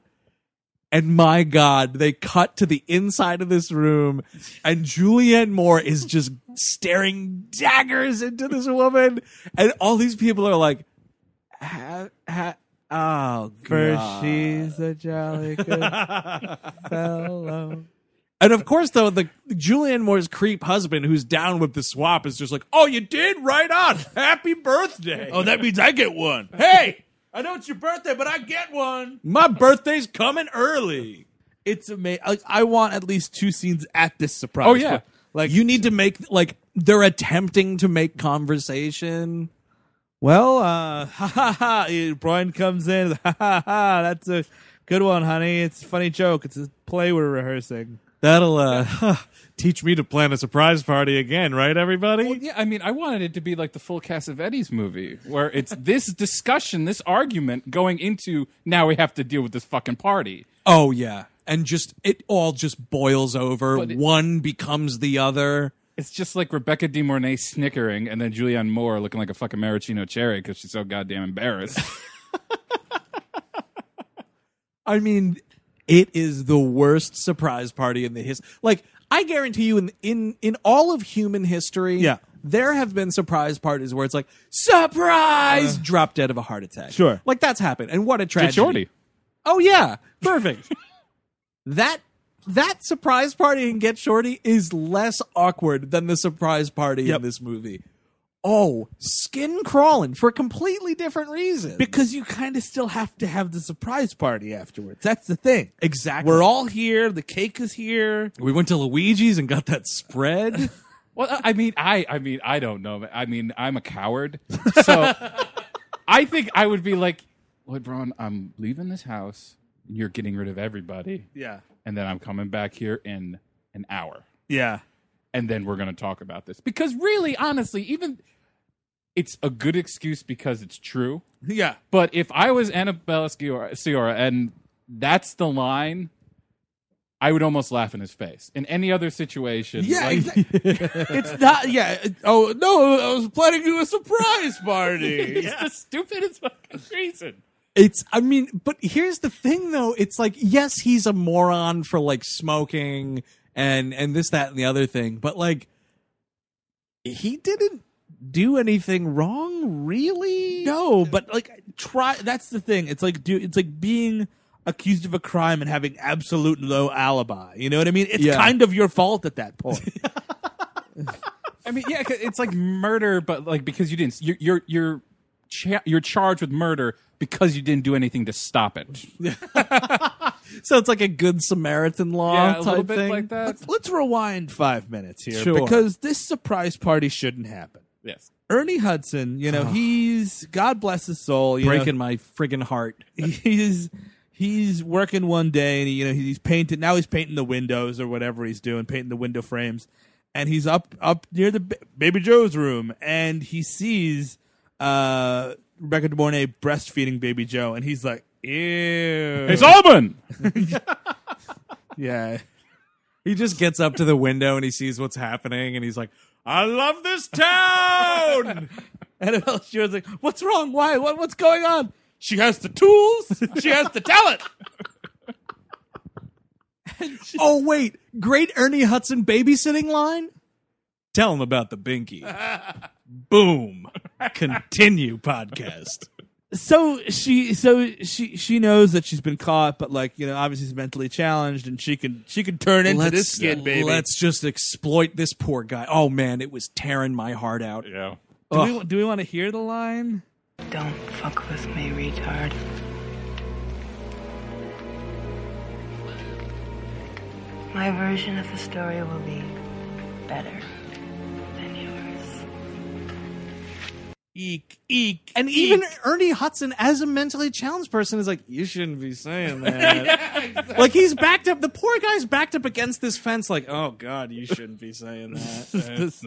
And my God, they cut to the inside of this room, and Julianne Moore is just staring daggers into this woman. And all these people are like, ha, ha, oh,
For
God.
she's a jolly good fellow.
And of course, though, the Julianne Moore's creep husband who's down with the swap is just like, oh, you did? Right on. Happy birthday.
Oh, that means I get one. Hey, I know it's your birthday, but I get one.
My birthday's coming early.
It's amazing. Like, I want at least two scenes at this surprise.
Oh, yeah.
Like, you need to make, like, they're attempting to make conversation.
Well, uh, [LAUGHS] ha ha ha. eh, Brian comes in. [LAUGHS] Ha ha ha. That's a good one, honey. It's a funny joke. It's a play we're rehearsing.
That'll uh,
[LAUGHS]
teach me to plan a surprise party again, right, everybody?
Yeah, I mean, I wanted it to be like the full Cassavetes movie, where it's this discussion, this argument going into now we have to deal with this fucking party.
Oh, yeah. And just, it all just boils over.
But it-
One becomes the other.
It's just like Rebecca De Mornay snickering and then Julianne Moore looking like a fucking maraschino cherry because she's so goddamn embarrassed.
I mean, it is the worst surprise party in the his. Like, I guarantee you, in in in all of human history,
Yeah.
there have been surprise parties where it's like surprise, drop dead of a heart attack.
Sure.
like that's happened, and what a
Get
tragedy.
[LAUGHS] Shorty.
Oh yeah, perfect. [LAUGHS] that that surprise party in Get Shorty is less awkward than the surprise party in this movie. Oh, skin crawling for completely different reasons.
Because you kind of still have to have the surprise party afterwards. That's the thing.
exactly,
We're all here. The cake is here.
we went to Luigi's and got that spread.
Well, I I mean, I, I mean, I don't know. I mean, I'm a coward, so I think I would be like, "Lloyd Braun, I'm leaving this house. You're getting rid of everybody,
Yeah.
and then I'm coming back here in an hour,
Yeah.
and then we're going to talk about this." Because really, honestly, even it's a good excuse because it's true.
Yeah.
But if I was Annabella Sciorra, Sciorra and that's the line, I would almost laugh in his face. In any other situation,
Yeah,
like,
exactly. it's not. Yeah. it- Oh no, I was planning to do a surprise party.
[LAUGHS] it's the stupidest fucking reason.
[LAUGHS] It's, I mean, but here's the thing though. It's like, yes, he's a moron for like smoking and, and this, that, and the other thing, but like, he didn't do anything wrong, really?
No, but like try. That's the thing. It's like do. It's like being accused of a crime and having absolute no alibi. You know what I mean? It's
Yeah.
kind of your fault at that point.
[LAUGHS]
I mean, yeah, 'cause it's like murder, but like because you didn't, you're you're you're, cha- you're charged with murder because you didn't do anything to stop it.
So it's like a good Samaritan law
yeah, a
type
little bit
thing.
like that.
Let's rewind five minutes here
Sure.
because this surprise party shouldn't happen.
Yes.
Ernie
[SIGHS]
Hudson, you know, he's God bless his soul. You know,
Breaking my friggin' heart.
[LAUGHS] he's he's working one day and you know he's painting now he's painting the windows or whatever he's doing painting the window frames and he's up up near the ba- baby joe's room and he sees uh rebecca de mornay breastfeeding baby joe and he's like ew
It's Auburn.
yeah
He just gets up to the window and he sees what's happening and he's like,
I love this
[LAUGHS]
town.
[LAUGHS] annabelle she was like what's wrong why what, what's going on she has the tools she has the talent
oh, wait, great Ernie Hudson babysitting line? Tell him about the
[LAUGHS]
binky. Boom. Continue podcast.
[LAUGHS] so she so she she knows that she's been caught but like you know obviously she's mentally challenged and she can she can turn into this skin baby
Let's just exploit this poor guy. Oh man, it was tearing my heart out.
Yeah.
do we, do we want to hear the line
Don't fuck with me, retard. My version of the story will be better than yours.
Eek, eek.
And even Ernie Hudson, as a mentally challenged person, is like, you shouldn't be saying that. Like he's backed up. The poor guy's backed up against this fence. Like, oh god, you shouldn't be saying that.
[LAUGHS] this, this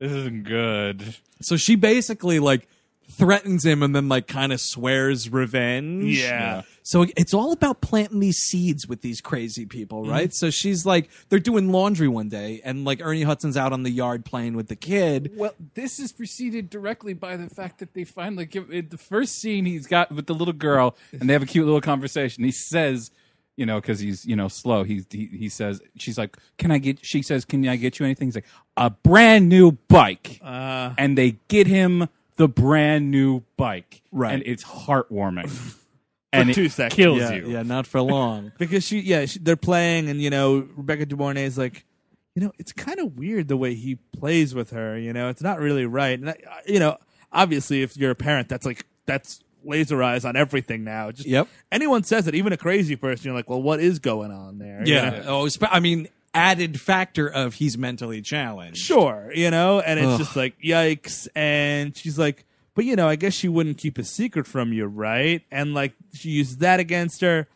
isn't good.
[LAUGHS] so she basically like threatens him and then like kind of swears revenge.
Yeah.
So it's all about planting these seeds with these crazy people, right? So she's like, they're doing laundry one day, and like Ernie Hudson's out on the yard playing with the kid.
Well, this is preceded directly by the fact that they finally give it, the first scene he's got with the little girl, and they have a cute little conversation. He says, you know, because he's you know slow. He, he he says, she's like, "Can I get?" She says, "Can I get you anything?" He's like, "A brand new bike," uh, and they get him the brand new bike,
Right.
And it's heartwarming, and
two
it
seconds.
kills
Yeah,
you.
yeah, not for long.
because she yeah she, they're playing and you know rebecca dubournay is like you know it's kind of weird the way he plays with her you know it's not really right and I, I- you know obviously if you're a parent that's like that's laser eyes on everything now just
Yep.
anyone says it even a crazy person you're like well what is going on there you know?
Yeah. Oh, spe- I mean, added factor of he's mentally challenged.
sure you know and it's
Ugh.
just like yikes and she's like but you know i guess she wouldn't keep a secret from you right and like she uses that against her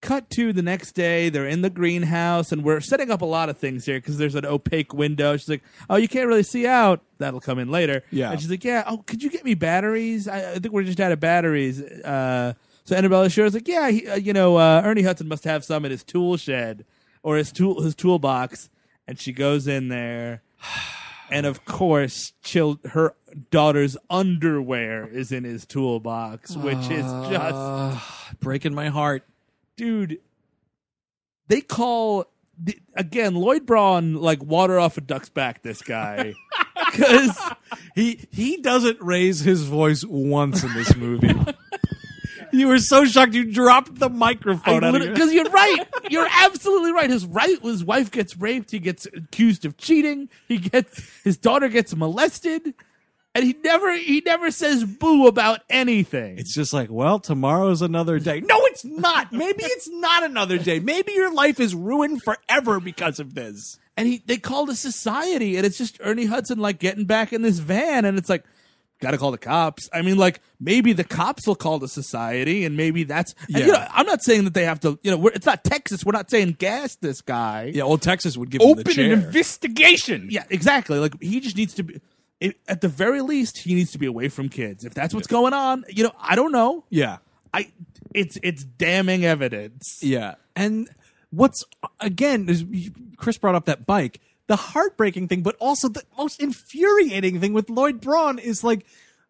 cut to the next day they're in the greenhouse and we're setting up a lot of things here because there's an opaque window she's like oh you can't really see out that'll come in later
Yeah.
and she's like yeah oh could you get me batteries i, I think we're just out of batteries uh, so annabella Scherer's like yeah he, uh, you know uh, ernie hudson must have some in his tool shed or his tool his toolbox and she goes in there [SIGHS] and of course chill her daughter's underwear is in his toolbox which is just
Breaking my [LAUGHS] heart.
dude they call the, again lloyd braun like water off a duck's back this guy because
He he doesn't raise his voice once in this [LAUGHS] movie. you were so shocked you dropped the
Oh,
microphone out of your
because you're right you're absolutely right his right his wife gets raped he gets accused of cheating he gets his daughter gets molested and he never he never says boo about anything
It's just like, well, tomorrow's another day. No, it's not. Maybe it's not another day. Maybe your life is ruined forever because of this.
and he they called a society and it's just ernie hudson like getting back in this van and it's like gotta call the cops i mean like maybe the cops will call the society and maybe that's and, you
Yeah.
know, i'm not saying that they have to you know we're, it's not texas we're not saying gas this guy
Yeah, old Texas would give him the
Open an
chair.
investigation.
yeah exactly like he just needs to be it, at the very least he needs to be away from kids if that's what's going on you know i don't know
yeah,
i it's it's damning evidence
yeah. And what's again? Is, Chris brought up that bike. The heartbreaking thing, but also the most infuriating thing with Lloyd Braun is like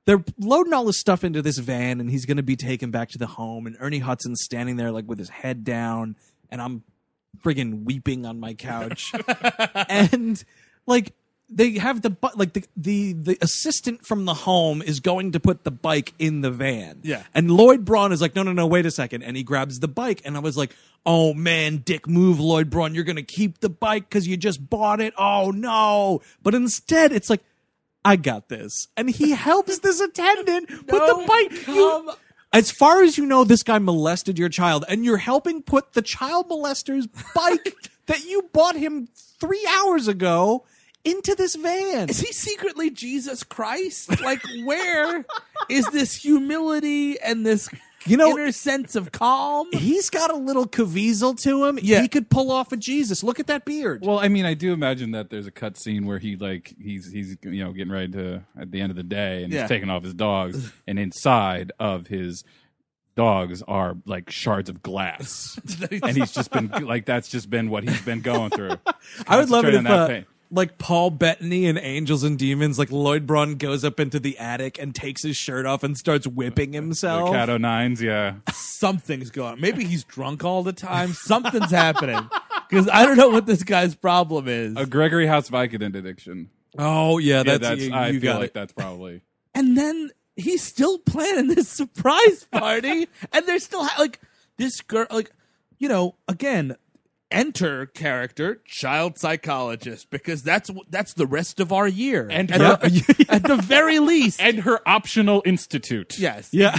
they're loading all this stuff into this van, and he's going to be taken back to the home. And Ernie Hudson's standing there like with his head down, and I'm friggin' weeping on my couch. and like they have the bu- like the, the the assistant from the home is going to put the bike in the van.
Yeah.
And Lloyd Braun is like, no, no, no, wait a second. And he grabs the bike, and I was like, oh man, dick move, Lloyd Braun. You're gonna keep the bike because you just bought it. Oh no. But instead, it's like, I got this, and he [LAUGHS] helps this attendant with the bike. You- as far as you know, this guy molested your child, and you're helping put the child molester's
[LAUGHS]
bike that you bought him three hours ago into this van.
is he secretly Jesus Christ? Like, where is this humility and this
You know-
inner sense of calm?
He's got a little caviezel to him.
Yeah.
He could pull off a Jesus. Look at that beard.
Well, I mean, I do imagine that there's a cut scene where he like he's he's you know getting ready to at the end of the day and
Yeah.
he's taking off
[LAUGHS]
his dogs, and inside of his dogs are like shards
[LAUGHS]
of glass, and he's just been like that's just been what he's been going through.
[LAUGHS] I would love it
Concentrate on
if,
that
uh,
pain.
like Paul Bettany and Angels and Demons, like Lloyd Braun goes up into the attic and takes his shirt off and starts whipping
The
himself.
Cat O Nines, yeah.
Something's going on. Maybe he's drunk all the time. Something's happening. Because I don't know what this guy's problem is.
A Gregory House Vicodin addiction.
Oh yeah,
Yeah,
that's,
that's,
you,
I
you
feel
got
like
it. [LAUGHS]
that's probably.
And then he's still planning this [LAUGHS] surprise
[LAUGHS]
party, and they're still ha- like this girl, like you know, again, enter character child psychologist because that's w- that's the rest of our year,
And
at,
her- [LAUGHS]
the, at the very least,
And her optional institute.
yes,
Yeah.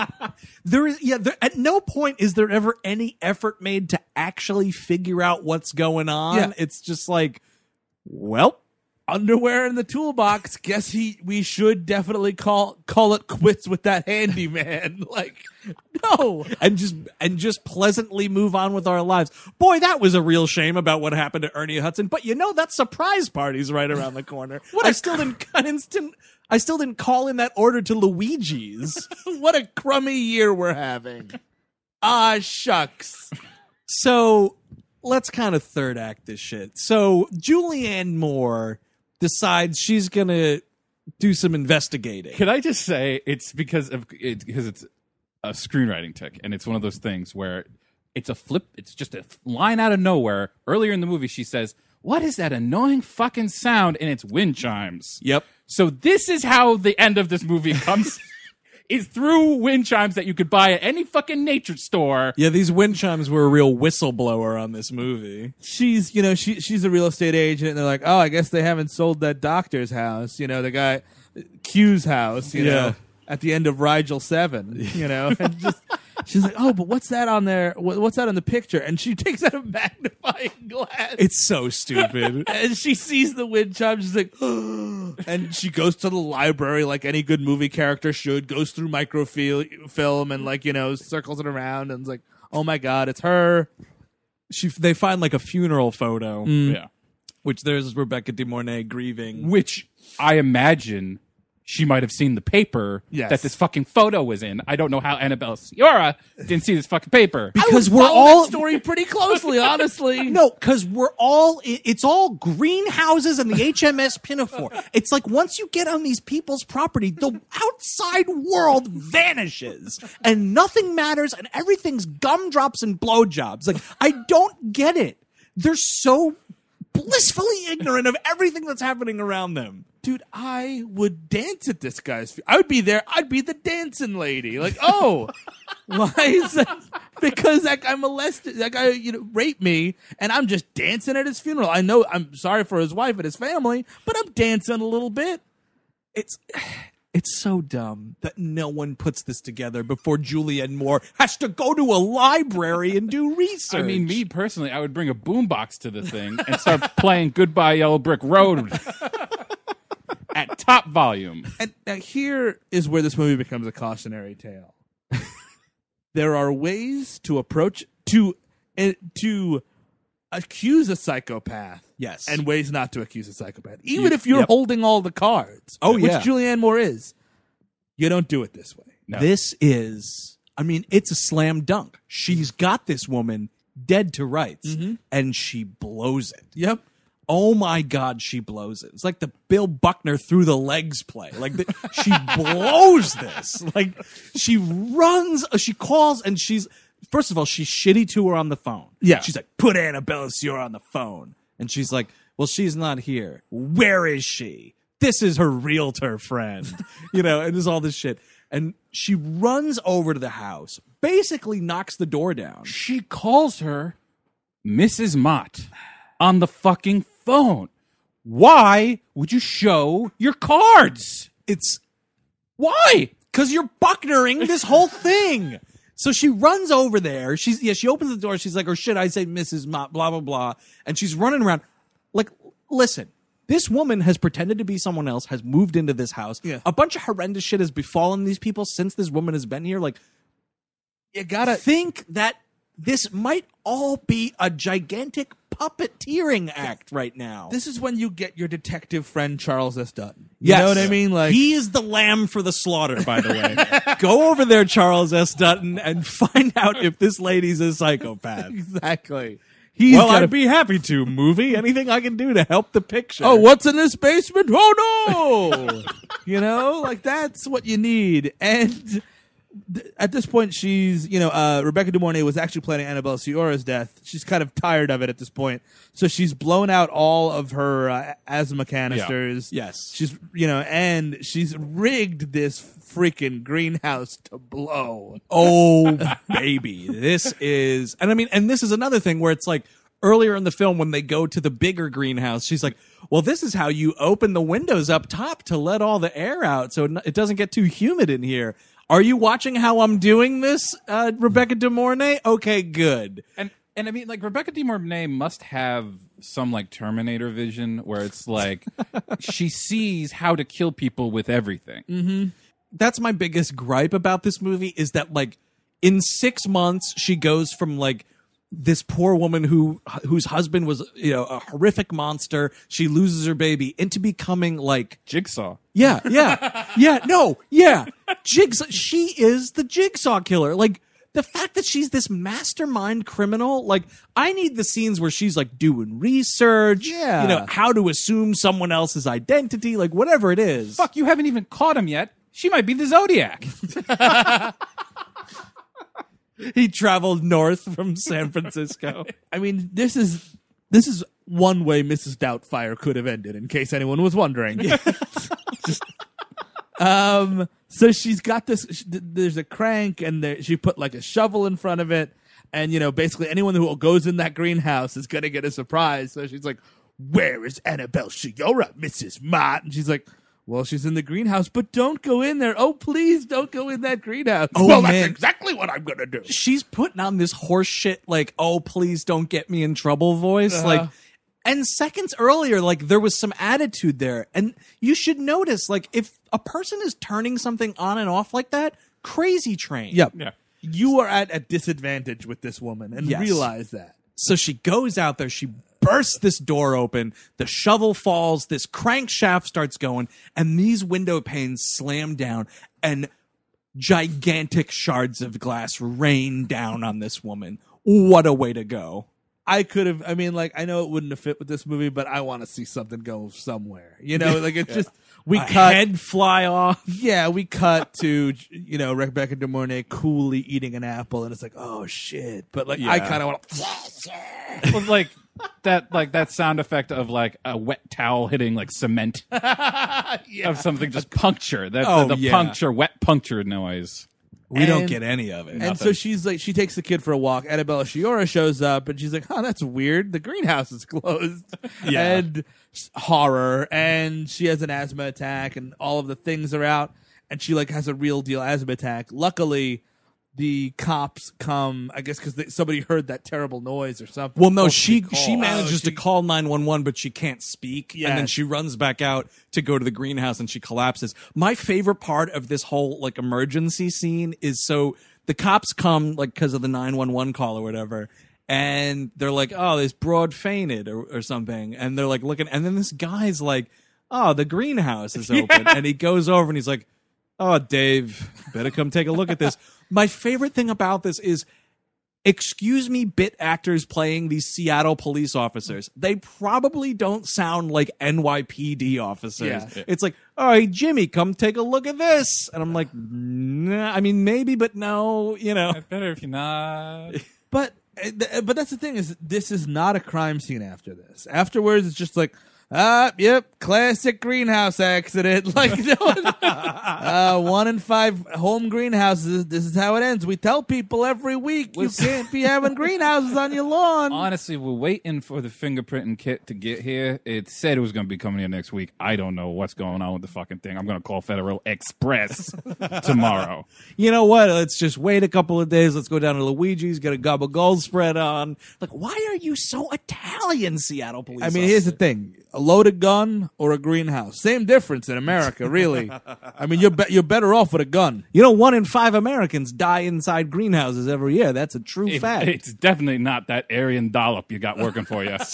[LAUGHS]
there is yeah, there, at no point is there ever any effort made to actually figure out what's going on.
Yeah.
It's just like Well,
underwear in the toolbox. Guess he we should definitely call call it quits with that handyman. [LAUGHS] like, no.
and just and just pleasantly move on with our lives. Boy, that was a real shame about what happened to Ernie Hudson. But you know that surprise party's right around the corner. what
[LAUGHS]
I still didn't I didn't I still didn't call in that order to Luigi's.
[LAUGHS] What a crummy year we're having. Ah shucks.
So let's kind of third act this shit. So Julianne Moore decides she's gonna do some investigating.
Can I just say it's because of it because it's a screenwriting tick, and it's one of those things where it's a flip. It's just a line out of nowhere. Earlier in the movie, she says, "What is that annoying fucking sound?" And it's wind chimes.
Yep.
So this is how the end of this movie comes. is through wind chimes that you could buy at any fucking nature store.
Yeah, these wind chimes were a real whistleblower on this movie.
She's you know, she she's a real estate agent and they're like, Oh, I guess they haven't sold that doctor's house, you know, the guy Q's house, you
Yeah.
know. At the end of
[LAUGHS]
Rigel Seven, you know, and just she's like, "Oh, but what's that on there? What, what's that on the picture?" And she [LAUGHS] takes out a magnifying glass.
It's so stupid.
[LAUGHS] and she sees the wind chime. She's like, [GASPS] and she goes to the library like any good movie character should. Goes through microfilm and like you know circles it around and is like, oh my god, it's her.
she they find like a funeral photo,
Mm.
Yeah.
which there's Rebecca De Mornay grieving.
which I imagine she might have seen the paper
Yes.
that this fucking photo was in. I don't know how Annabelle Ciara didn't see this fucking paper.
Because we're
Follow
all
that story pretty
[LAUGHS]
closely, honestly.
No, because we're all, i- it's all greenhouses and the HMS Pinafore. It's like once you get on these people's property, the outside world vanishes and nothing matters and everything's gumdrops and blowjobs. Like, I don't get it. They're so blissfully ignorant of everything that's happening around them.
dude, I would dance at this guy's. Fe- I would be there. I'd be the dancing lady. Like, oh, [LAUGHS] why [LAUGHS] is that? Because that guy molested, that guy, you know, raped me, and I'm just dancing at his funeral. I know I'm sorry for his wife and his family, but I'm dancing a little bit.
It's. It's so dumb that no one puts this together before Julianne Moore has to go to a library and do research.
I mean, me personally, I would bring a boombox to the thing and start [LAUGHS] playing Goodbye Yellow Brick [LAUGHS] Road at top volume.
And now here is where this movie becomes a
[LAUGHS]
cautionary tale. there are ways to approach to eh, to accuse a psychopath.
Yes.
And ways not to accuse a psychopath. Even if you're holding all the cards.
Oh,
which
yeah.
Julianne Moore is. You don't do it this way.
This is, I mean, it's a slam dunk. She's got this woman dead to rights and she blows it.
Yep.
Oh my God, she blows it. It's like the Bill Buckner through the legs play. Like the, she blows this. Like she runs, uh, she calls and she's, first of all, she's shitty to her on the phone.
Yeah.
She's like, put Annabella Sierra on the phone. And she's like, well, she's not here. Where is she? This is her realtor friend. [LAUGHS] you know, and there's all this shit. And she runs over to the house, basically knocks the door down.
She calls her Mrs. Mott on the fucking phone. Why would you show your cards?
It's
Why?
because you're bucknering this whole thing. So she runs over there. She's yeah. She opens the door. She's like, "Or should I say, Mrs. Mott?" Blah blah blah. And she's running around. Like, listen, this woman has pretended to be someone else. Has moved into this house.
Yeah.
A bunch of horrendous shit has befallen these people since this woman has been here. Like,
You gotta
think that this might all be a gigantic puppeteering act right now.
this is when you get your detective friend Charles S. Dutton. You know what I mean? Like
he is the lamb for the slaughter, by the way. [LAUGHS] Go over there, Charles S. Dutton, and find out if this lady's a psychopath.
[LAUGHS] exactly. He's
well,
gotta
I'd be happy to, movie. Anything I can do to help the picture.
Oh, what's in this basement? Oh no! [LAUGHS] you know, like that's what you need. And th- at this point, she's you know uh, Rebecca De Mornay was actually planning Annabelle Ciora's death. She's kind of tired of it at this point, so she's blown out all of her uh, asthma canisters.
Yes.
she's you know, and she's rigged this freaking greenhouse to blow.
oh baby this is and i mean and this is another thing where it's like earlier in the film when they go to the bigger greenhouse she's like well this is how you open the windows up top to let all the air out so it n- it doesn't get too humid in here are you watching how i'm doing this uh, rebecca de mornay okay good
And and I mean, like Rebecca De Mornay must have some like Terminator vision, where it's [LAUGHS] like she sees how to kill people with everything.
that's my biggest gripe about this movie is that like in six months she goes from like this poor woman who whose husband was you know a horrific monster she loses her baby into becoming like [LAUGHS]
Jigsaw.
[LAUGHS]
yeah yeah yeah no yeah jigsaw she is the jigsaw killer like the fact that she's this mastermind criminal like i need the scenes where she's like doing research
Yeah.
you know how to assume someone else's identity like whatever it is
Fuck, you haven't even caught him yet. She might be the Zodiac.
he traveled north from san francisco
I mean, this is this is one way Mrs. Doubtfire could have ended, in case anyone was wondering. [LAUGHS] Just- um, so she's got this. sh- th- There's a crank, and there, she put like a shovel in front of it, and you know, basically anyone who goes in that greenhouse is gonna get a surprise. So she's like, "Where is Annabelle Shiora, Mrs. Mott?" And she's like. Well, she's in the greenhouse, but don't go in there. Oh, please don't go in that greenhouse.
Oh,
well,
man.
that's exactly what I'm going to do.
[LAUGHS] she's putting on this horse shit like oh please don't get me in trouble voice like and seconds earlier like there was some attitude there and you should notice like if a person is turning something on and off like that crazy train
Yep.
Yeah.
You are at a disadvantage with this woman and
Yes.
realize that.
so she goes out there she bursts this door open the shovel falls this crankshaft starts going and these window panes slam down and gigantic shards of glass rain down on this woman what a way to go
I could have, I mean, like, I know it wouldn't have fit with this movie, but I want to see something go somewhere. You know,
[LAUGHS]
like, it's just, we
a
cut.
head fly
[LAUGHS]
off
Yeah, we cut to, you know, Rebecca De Mornay coolly eating an apple, and it's like, oh, shit. But, like, I
Yeah.
kind of want
[LAUGHS]
to.
Or, like that like that sound effect of like a wet towel hitting like
[LAUGHS]
cement of something just puncture. That
Oh,
the,
yeah.
puncture, wet puncture noise.
We
And-
don't get any of it.
And so she's like, she takes the kid for a walk. Annabella Shiora shows up, and she's like, "Huh, that's weird. The greenhouse is closed."
[LAUGHS] Yeah.
And s- horror, and she has an asthma attack, and all of the things are out, and she like has a real deal asthma attack. Luckily, the cops come, I guess, because somebody heard that terrible noise or something.
well, no,
Oh,
she
called.
she manages
Oh, she-
to call nine one one, but she can't speak,
Yes.
and then she runs back out to go to the greenhouse, and she collapses. My favorite part of this whole like emergency scene is so the cops come like because of the nine one one call or whatever, and they're like, "Oh, this broad fainted or, or something," and they're like looking, and then this guy's like, "Oh, the greenhouse
[LAUGHS]
is open," and he goes over and he's like, "Oh, Dave, better come take a look at
[LAUGHS]
this." My favorite thing about this is excuse me bit actors playing these Seattle police officers. They probably don't sound like NYPD officers.
Yeah.
It's like, all right, Jimmy, come take a look at this. And I'm like, nah, I mean, maybe, but no, you know.
Better if you're not.
But uh, th- uh, but that's the thing is this is not a crime scene after this. Afterwards, it's just like. Ah, yep, classic greenhouse accident. [LAUGHS] Like, no one- uh, one in five home greenhouses. This is how it ends. We tell people every week you can't be having greenhouses on your lawn.
[LAUGHS] Honestly, we're waiting for the fingerprinting kit to get here. It said it was going to be coming here next week. I don't know what's going on with the fucking thing. I'm going to call Federal
[LAUGHS]
Express tomorrow.
You know what? Let's just wait a couple of days. Let's go down to Luigi's, get a gobble gold spread on. Like, why are you so Italian, Seattle police?
I mean, here's the
officer?
thing: a loaded gun or a greenhouse, same difference in America, really. I mean, you're be- you're better off with a gun.
you know, one in five Americans die inside greenhouses every year. That's a true
It-
fact.
[LAUGHS] It's definitely not that Aryan dollop you got working for you.
[LAUGHS]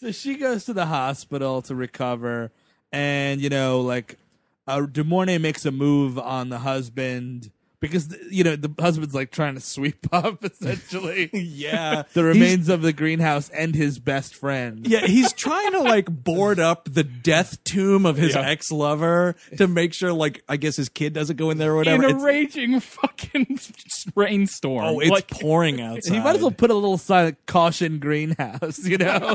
So she goes to the hospital to recover, and you know, like, uh, DeMornay makes a move on the husband because th- you know the husband's like trying to sweep [LAUGHS] up [LAUGHS] essentially
yeah.
the remains of the greenhouse and his best friend.
Yeah, he's trying to like board up the death tomb of his ex lover to make sure, like, I guess his kid doesn't go in there or
in
whatever.
a
It's-
raining fucking [LAUGHS] rainstorm.
oh, it's
Like, [LAUGHS]
pouring outside.
He might as well put a little sign like caution greenhouse, [LAUGHS] you know?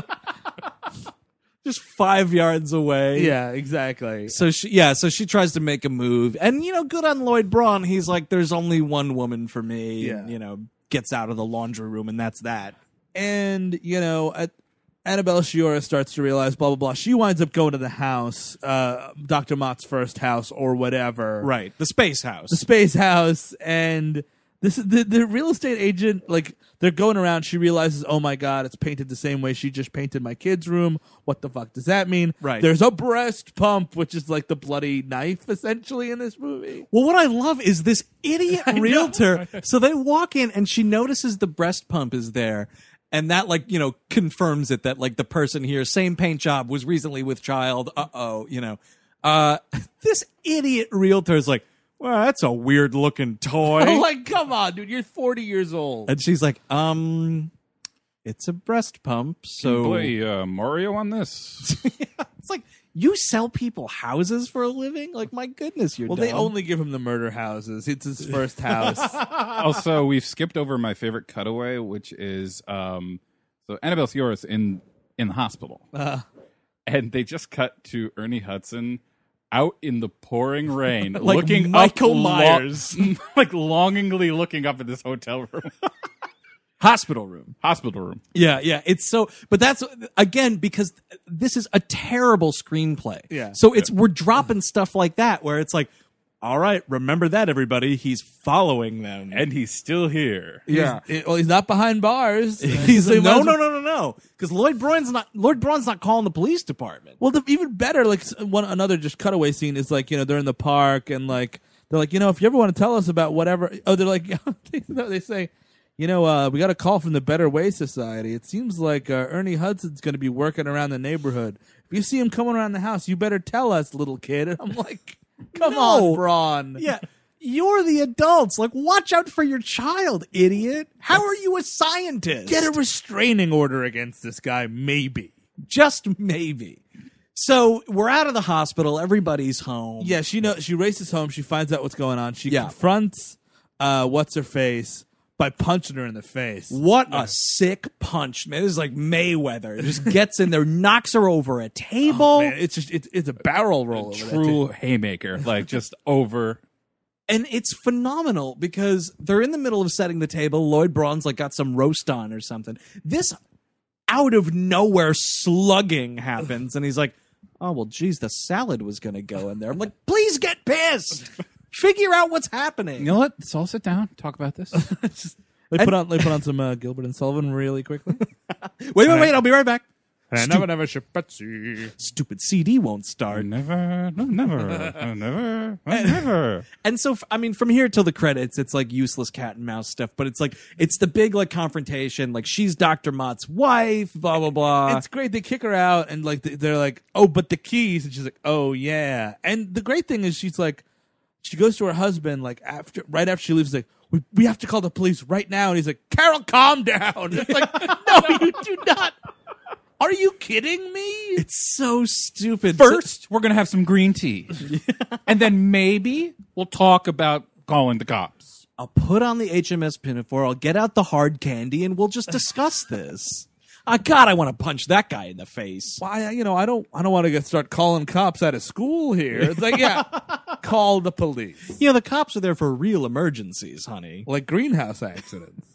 just five yards away.
yeah, exactly.
So she, yeah, so she tries to make a move, and you know, good on Lloyd Braun. He's like, "There's only one woman for me."
Yeah.
And, you know, gets out of the laundry room, and that's that.
and you know at Annabelle Shiora starts to realize blah blah blah. She winds up going to the house, uh, Doctor Mott's first house or whatever,
Right, the space house.
The space house, and This is the, the real estate agent. Like they're going around. She realizes, oh my god, it's painted the same way she just painted my kid's room. What the fuck does that mean?
Right.
There's a breast pump, which is like the bloody knife, essentially, in this movie. [LAUGHS]
Well, what I love is this idiot realtor. so they walk in and she notices the breast pump is there. And that, like, you know, confirms it that, like, the person here, same paint job, was recently with child. Uh oh, you know. Uh, [LAUGHS] this idiot realtor is like, well, that's a weird looking toy.
I'm [LAUGHS] like, come on, dude, you're 40 years old.
and she's like, um, it's a breast pump. So [LAUGHS]
Play uh, Mario on this.
it's like, you sell people houses for a living? Like, my goodness, you're
Well, they
dumb.
only give him the murder houses. It's his first
[LAUGHS]
house.
[LAUGHS] also, we've skipped over my favorite cutaway, which is um, so Annabelle Fioris in in the hospital, and they just cut to Ernie Hudson out in the pouring rain,
Like
looking up
Michael
lo-
Myers.
[LAUGHS] like longingly looking up at this hotel room, [LAUGHS]
hospital room.
hospital room.
Yeah, yeah. It's so, but that's again because this is a terrible screenplay.
Yeah.
So it's we're dropping stuff like that where it's like, all right, remember that everybody, he's following them.
and he's still here.
yeah. well, he's not behind
[LAUGHS] [LAUGHS]
bars.
he's
So he
like, no,
might as
no,
well-
no, no, no, because Lloyd Braun's not Lloyd Braun's not calling the police department.
[LAUGHS] Well, the, even better, like s- one another just cutaway scene is like you know they're in the park and like they're like you know if you ever want to tell us about whatever oh they're like [LAUGHS] they, no, they say you know uh, we got a call from the Better Way Society. It seems like uh, Ernie Hudson's going to be working around the neighborhood. If you see him coming around the house, you better tell us, little kid. And I'm like, [LAUGHS] come
No.
on, Braun.
Yeah. You're the adults. Like, watch out for your child, idiot. How are you a scientist?
Get a restraining order against this guy, maybe.
Just maybe. So we're out of the hospital. Everybody's home.
Yeah, she know she races home. She finds out what's going on. She
Yeah.
confronts uh, what's her face by punching her in the face.
What a sick punch, man. This is like Mayweather. Just gets in there, knocks her over a table.
Oh, Man, it's just it's, it's a barrel roll. over that
True haymaker, like just [LAUGHS] over.
and it's phenomenal because they're in the middle of setting the table. Lloyd Braun's like got some roast on or something. This out of nowhere slugging happens, and he's like, "Oh well, geez, the salad was gonna go in there." I'm like, "Please get pissed. Figure out what's happening."
know what? Let's all sit down, talk about this.
thing. Just- they put on they put on some uh, Gilbert and Sullivan really quickly.
Wait, wait, wait! I'll be right back.
never, never, Shapetsi.
Stupid CD won't start.
never, no, never, no, never, no, never.
And so, f- I mean, from here till the credits, it's like useless cat and mouse stuff, but it's like, it's the big, like, confrontation. Like, she's Dr. Mott's wife, blah, blah, blah.
[LAUGHS] it's great. They kick her out and like they- they're like, oh, but the keys. And she's like, oh yeah. And the great thing is she's like, she goes to her husband like after right after she leaves like. We, we have to call the police right now. And he's like, Carol, calm down. [LAUGHS] It's like, no, [LAUGHS] you do not. Are you kidding me?
It's so stupid.
First, we're gonna have some green tea, [LAUGHS] and then maybe we'll talk about calling the cops.
I'll put on the HMS pinafore, I'll get out the hard candy, and we'll just [LAUGHS] discuss this. Ah, God, I want to punch that guy in the face.
why you know I don't I don't want to get start calling cops out of school here. It's like [LAUGHS] yeah, call the police.
You know, the cops are there for real emergencies, honey.
Like greenhouse accidents.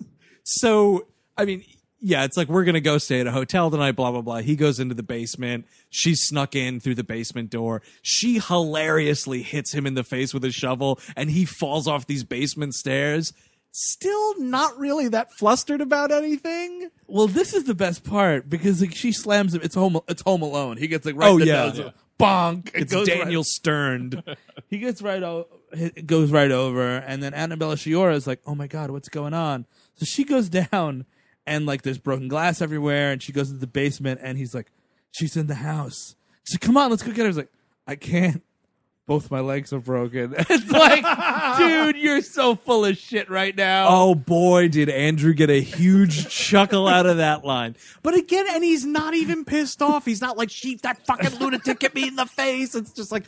So, I mean, yeah, it's like we're gonna go stay at a hotel tonight, blah blah blah. He goes into the basement. She snuck in through the basement door. She hilariously hits him in the face with a shovel, and he falls off these basement stairs. Still not really that flustered about anything.
Well, this is the best part because like she slams him. It's home. It's Home Alone. He gets like right.
Oh,
in the
yeah.
nose,
Yeah.
bonk. It
It's
goes right-
Daniel Stern.
he gets right. O- it goes right over, and then Annabella Shiora is like, "Oh my god, what's going on?" So she goes [LAUGHS] down, and like there's broken glass everywhere, and she goes into the basement, and he's like, "She's in the house." She's like, "Come on, let's go get her." He's like, "I can't." Both my legs are broken. [LAUGHS]
[LAUGHS]
it's like, dude, you're so full of shit right now.
Oh boy, did Andrew get a huge chuckle out of that line. But again, and he's not even pissed off. He's not like, she, that fucking lunatic hit me in the face. It's just like,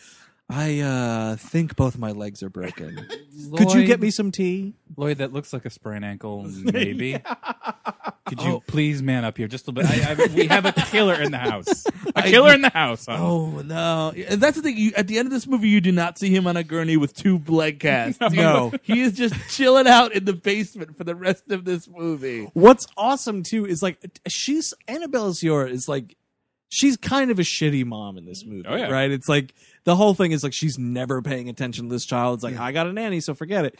I uh, think both my legs are broken. Could you get me some tea?
Lloyd? That looks like a sprained [LAUGHS] ankle. Maybe. Could you please man up here just a little bit? I, I, we have a killer in the [LAUGHS] house. A killer in the house. huh?
Oh no! And that's the thing. You, at the end of this movie, you do not see him on a gurney with two leg casts.
[LAUGHS] No.
he is just chilling out in the basement for the rest of this movie.
What's awesome too is like, she's, Annabelle Ziora is like, she's kind of a shitty mom in this movie,
Oh, yeah.
right? It's like, the whole thing is like, she's never paying attention to this child. It's like, I got a nanny, so forget it.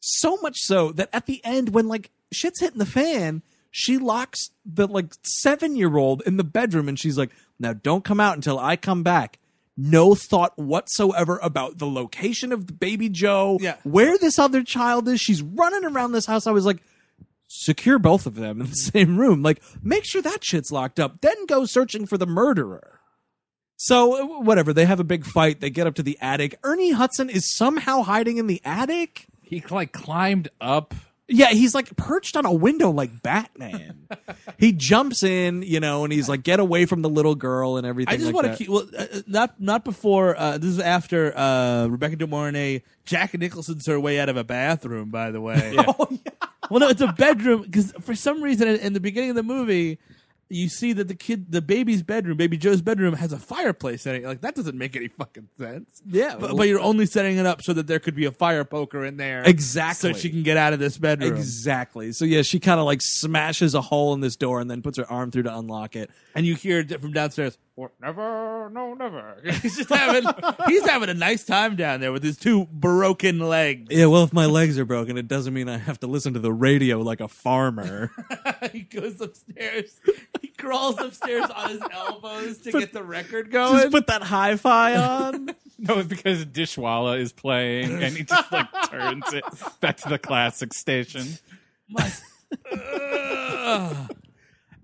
So much so that at the end, when like shit's hitting the fan, she locks the like seven year old in the bedroom and she's like, now don't come out until I come back. No thought whatsoever about the location of the baby Joe,
Yeah.
where this other child is. She's running around this house. I was like, secure both of them in the [LAUGHS] same room. Like, make sure that shit's locked up. Then go searching for the murderer. So uh, whatever, they have a big fight. They get up to the attic. Ernie Hudson is somehow hiding in the attic.
He like climbed up.
Yeah, he's like perched on a window like
[LAUGHS]
Batman. he jumps in, you know, and he's like, "Get away from the little girl" and everything.
I just
like
want to
that.
keep well, uh, uh, not not before uh, this is after uh, Rebecca De Mornay, Jack Nicholson's her way out of a bathroom. By
[LAUGHS]
the way, well, no, it's a bedroom because for some reason in, in the beginning of the movie, you see that the kid, the baby's bedroom, baby Joe's bedroom, has a fireplace in it. Like that doesn't make any fucking sense.
Yeah,
but,
well-
but you're only setting it up so that there could be a fire poker in there,
Exactly.
so she can get out of this bedroom.
exactly. So yeah, she kind of like smashes a hole in this door and then puts her arm through to unlock it.
and you hear d- from downstairs, "Or never, no, never. He's just having, [LAUGHS] he's having a nice time down there with his two broken legs. [LAUGHS]
Yeah, well, if my legs are broken, it doesn't mean I have to listen to the radio like a
[LAUGHS]
farmer.
he goes upstairs, he crawls upstairs on his elbows to get the record
Just
going.
put that hi-fi on.
[LAUGHS] No, it's because Dishwalla is playing, and he just [LAUGHS] like turns it back to the classic station.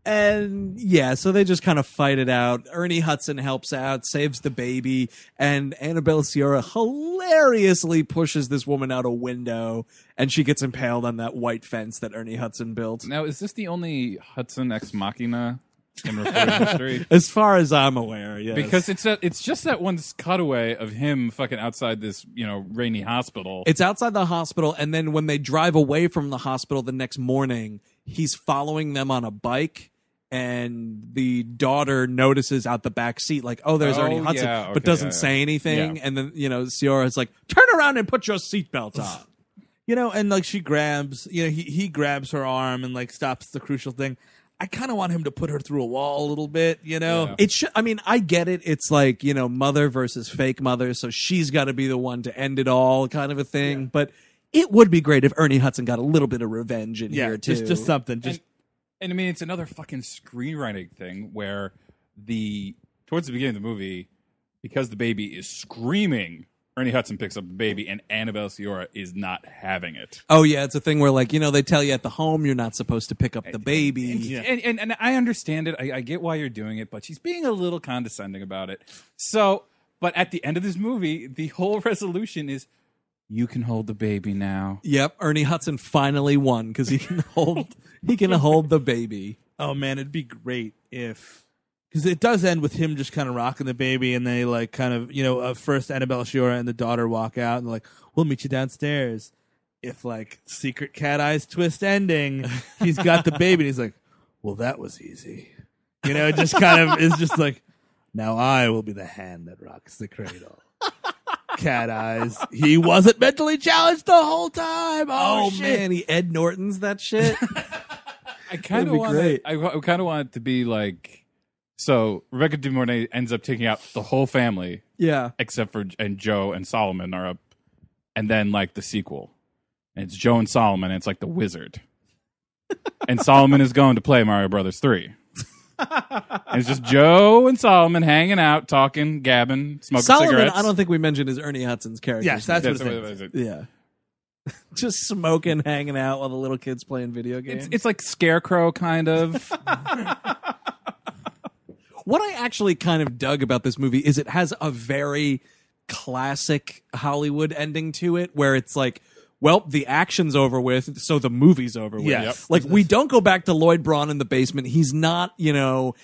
And yeah, so they just kind of fight it out. Ernie Hudson helps out, saves the baby, and Annabelle Sierra hilariously pushes this woman out a window, and she gets impaled on that white fence that Ernie Hudson built.
Now, is this the only Hudson ex machina in recorded history?
As far as I'm aware, yes.
Because it's a, it's just that one cutaway of him fucking outside this you know rainy hospital.
it's outside the hospital, and then when they drive away from the hospital the next morning, he's following them on a bike. And the daughter notices out the back seat, like, oh, there's
Oh,
Ernie Hudson,
yeah, okay,
but doesn't
yeah, yeah.
say anything.
Yeah.
And then, you know, Sierra's like, turn around and put your seatbelt on.
You know, and like she grabs, you know, he, he grabs her arm and like stops the crucial thing. I kind of want him to put her through a wall a little bit, you know?
It should. I mean, I get it. It's like you know, mother versus fake mother. So she's got to be the one to end it all, kind of a thing. But it would be great if Ernie Hudson got a little bit of revenge in
Yeah,
here too.
just, just something. Just
and I mean, it's another fucking screenwriting thing where the towards the beginning of the movie, because the baby is screaming, Ernie Hudson picks up the baby, and Annabelle Ciora is not having it.
oh yeah, it's a thing where like you know they tell you at the home you're not supposed to pick up the baby.
And, and and I understand it. I, I get why you're doing it, but she's being a little condescending about it. So, but at the end of this movie, the whole [LAUGHS] resolution is you can hold the baby now.
Yep, Ernie Hudson finally won because he can hold he can hold the baby.
Oh man, it'd be great if because it does end with him just kind of rocking the baby, and they like kind of you know uh, first Annabelle Shiora and the daughter walk out, and like we'll meet you downstairs. If like secret cat eyes twist ending, he's got the baby, and he's like, well, that was easy, you know. It just kind of is just like, now I will be the hand that rocks the cradle. Cat eyes. He wasn't mentally challenged the whole time. [LAUGHS] Oh,
Oh,
shit.
man, he Ed Norton's that
[LAUGHS]
shit.
I kind
That'd
of
be
want
great.
it. I, wa- I kind of want it to be like. So Rebecca De Mornay ends up taking out the whole family
yeah,
except for and Joe and Solomon are up, and then like the sequel, and it's Joe and Solomon. And it's like
[LAUGHS]
the wizard, and Solomon is going to play Mario Brothers three. and it's just Joe and Solomon hanging out, talking, gabbing, smoking
Solomon.
cigarettes.
I don't think we mentioned is Ernie Hudson's character.
Yes, that's
That's
what it
what
is.
it is.
Yeah. [LAUGHS] Just smoking, hanging out while the little kids playing video games.
It's, it's like Scarecrow,
[LAUGHS]
kind of.
what I actually kind of dug about this movie is it has a very classic Hollywood ending to it where it's like, well, the action's over with, so the movie's over with.
Yes.
Like, we don't go back to Lloyd Braun in the basement. He's not, you know,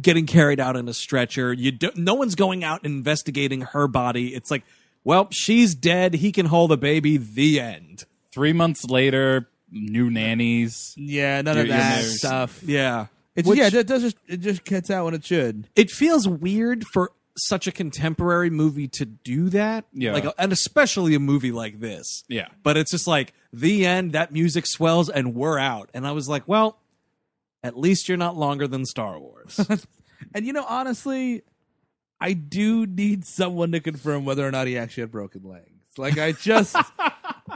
getting carried out in a stretcher. You do, no one's going out and investigating her body. It's like, well, she's dead. He can hold a baby. The end.
Three months later, new nannies.
Yeah, none of
You're- you're
that
married.
stuff.
Yeah.
It's,
Which-
yeah, it does just it just cuts out when it should.
it feels weird for such a contemporary movie to do that.
Yeah.
Like, and especially a movie like this.
Yeah.
But it's just like the end, that music swells and we're out. And I was like, well, at least you're not longer than Star
[LAUGHS]
Wars.
And you know, honestly,
[LAUGHS]
I do need someone to confirm whether or not he actually had broken legs. Like I just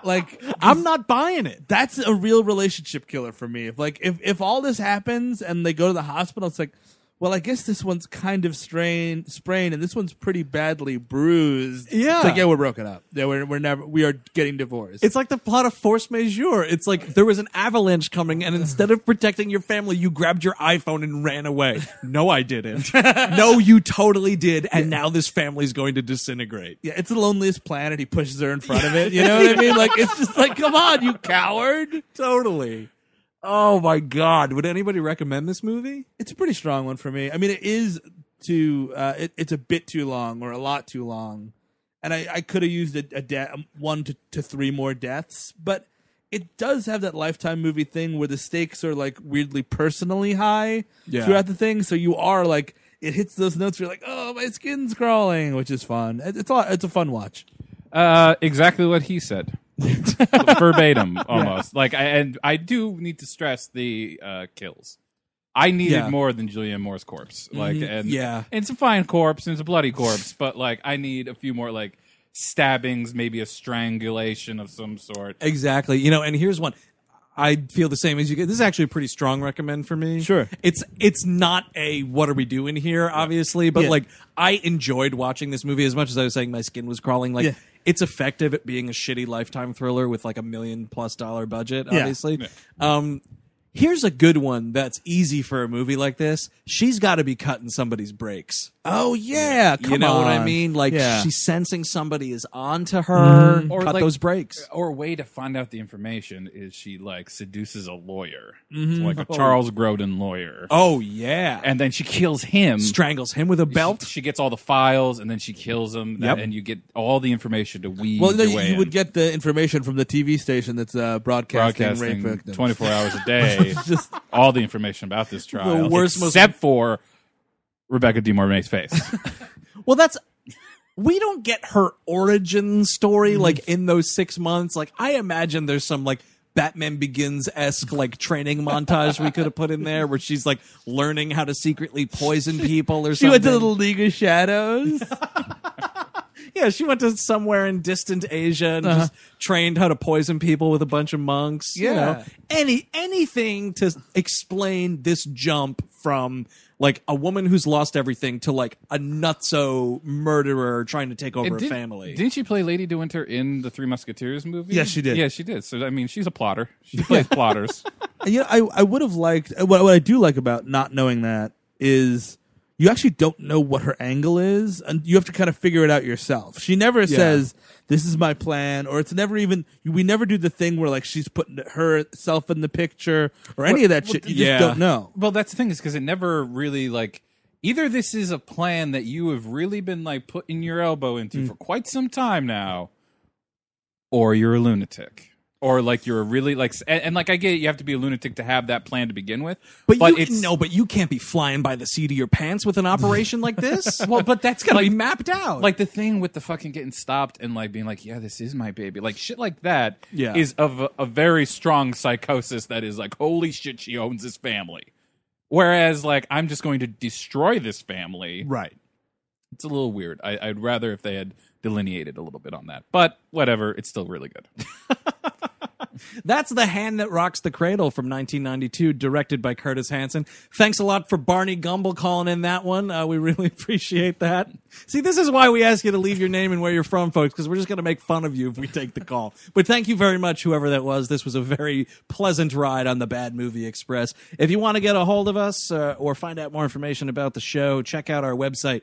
Like
I'm not buying it.
that's a real relationship killer for me. If like if if all this happens and they go to the hospital, it's like, well, I guess this one's kind of strain sprained and this one's pretty badly bruised.
Yeah.
it's like yeah, we're broken up. Yeah, we're we're never we are getting divorced.
It's like the plot of Force Majeure. It's like there was an avalanche coming, and instead of protecting your family, you grabbed your iPhone and ran away. No, I
[LAUGHS]
didn't. no, you totally did. And now this family's going to disintegrate.
yeah, it's the loneliest planet. He pushes her in
[LAUGHS]
front of it. You know what I mean? Like it's just like, come on, you coward.
Totally. Oh my God. Would anybody recommend this movie?
It's a pretty strong one for me. I mean, it is too. Uh, it, it's a bit too long or a lot too long, and I, I could have used a, a de- um, one to, to three more deaths, but it does have that lifetime movie thing where the stakes are like weirdly personally high
Yeah.
throughout the thing. So you are like it hits those notes. Where you're like, oh, my skin's crawling, which is fun. It- It's a lot, it's a fun watch.
Uh, exactly what
[LAUGHS]
he said, verbatim almost. Like, I, and I do need to stress the uh, kills. I needed
Yeah. Mm-hmm.
more than Julianne Moore's corpse. Like, and
yeah.
and it's a fine corpse and it's a bloody corpse, but like, I need a few more like stabbings, maybe a strangulation of some sort.
Exactly. You know, and here's one. I feel the same as you. This is actually a pretty strong recommend for me.
Sure.
It's it's not a what are we doing here, obviously, but
Yeah.
like I enjoyed watching this movie as much as I was saying my skin was crawling. Like
Yeah.
it's effective at being a shitty lifetime thriller with like a million plus dollar budget,
Yeah.
obviously. Um here's a good one that's easy for a movie like this. She's gotta be cutting somebody's brakes.
Oh yeah, come
you know what I
on.
mean? Like
Yeah. Mm-hmm.
she's sensing somebody is onto her.
Or,
Cut
like-
those brakes.
Or a way to find out the information is she like seduces a lawyer, like a Charles Grodin lawyer,
Mm-hmm. Oh yeah.
and then she kills him.
strangles him with a belt.
[LAUGHS]
She, she gets all the files and then she kills him,
Yep.
and you get all the information to weave.
Well, no,
your
you,
way
you
in.
would get the information from the TV station that's uh, broadcasting, rape
broadcasting
victims.
24
[LAUGHS]
hours a day,
Just-
all the information about this trial,
The worst, most-
except for Rebecca De Mornay's
[LAUGHS]
face.
Well, that's we don't get her origin story
Mm-hmm.
like in those six months. Like I imagine there's some like Batman Begins esque like training montage we could have put in there where she's like learning how to secretly poison people or
She
something.
went to the League of [LAUGHS] Shadows.
yeah, she went to somewhere in distant Asia and just trained how to poison people with a bunch of monks. You
Yeah.
know, any anything to explain this jump from like a woman who's lost everything to like a nutso murderer trying to take over
And
a
didn't-
family.
Didn't she play Lady De Winter in the Three Musketeers movie?
Yes, she did.
Yeah, she did. So I mean, she's a plotter.
[LAUGHS]
She plays plotters.
And, you know, I, I would have liked uh, what, what I do like about not knowing that is you actually don't know what her angle is, and you have to kind of figure it out yourself. She never says this is my plan, or it's never even we never do the thing where like she's putting herself in the picture or any of that shit. You
yeah.
just don't know.
Well, that's the thing is because it never really like either this is a plan that you have really been like putting your elbow into
Mm.
for quite some time now, or you're a lunatic. Or like you're a really like s- and, and, like I get it, you have to be a lunatic to have that plan to begin with.
But, you
it's
no, but you can't be flying by the seat of your pants with an operation like this.
well, but that's
gotta
like,
be mapped out.
Like the thing with the fucking getting stopped and like being like, yeah, this is my baby, like shit like that is
Yeah.
of a, a very strong psychosis that is like, holy shit, she owns this family. Whereas like I'm just going to destroy this family.
right.
It's a little weird. I, I'd rather if they had delineated a little bit on that, but whatever. It's still really good. [LAUGHS]
That's The Hand That Rocks the Cradle from 1992, directed by Curtis Hanson. Thanks a lot for Barney Gumble calling in that one. Uh, we really [LAUGHS] appreciate that. See, this is why we ask you to leave your name and where you're from, folks, because we're just going to make fun of you if we take the call. But thank you very much, whoever that was. This was a very pleasant ride on the Bad Movie Express. If you want to get a hold of us uh, or find out more information about the show, check out our website,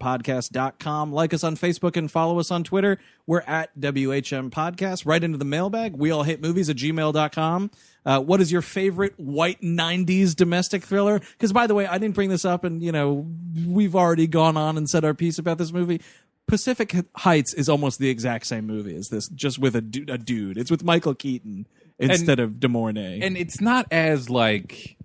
WHMPodcast.com. Like us on Facebook and follow us on Twitter. We're at WHM Podcast. Right into the mailbag. We all hate movies at gmail.com. Uh, what is your favorite white 90s domestic thriller? Because, by the way, I didn't bring this up, and, you know, we've already gone on and said our piece about this movie. Pacific Heights is almost the exact same movie as this, just with a, du- a dude. It's with Michael Keaton instead of De Mornay.
And it's not as like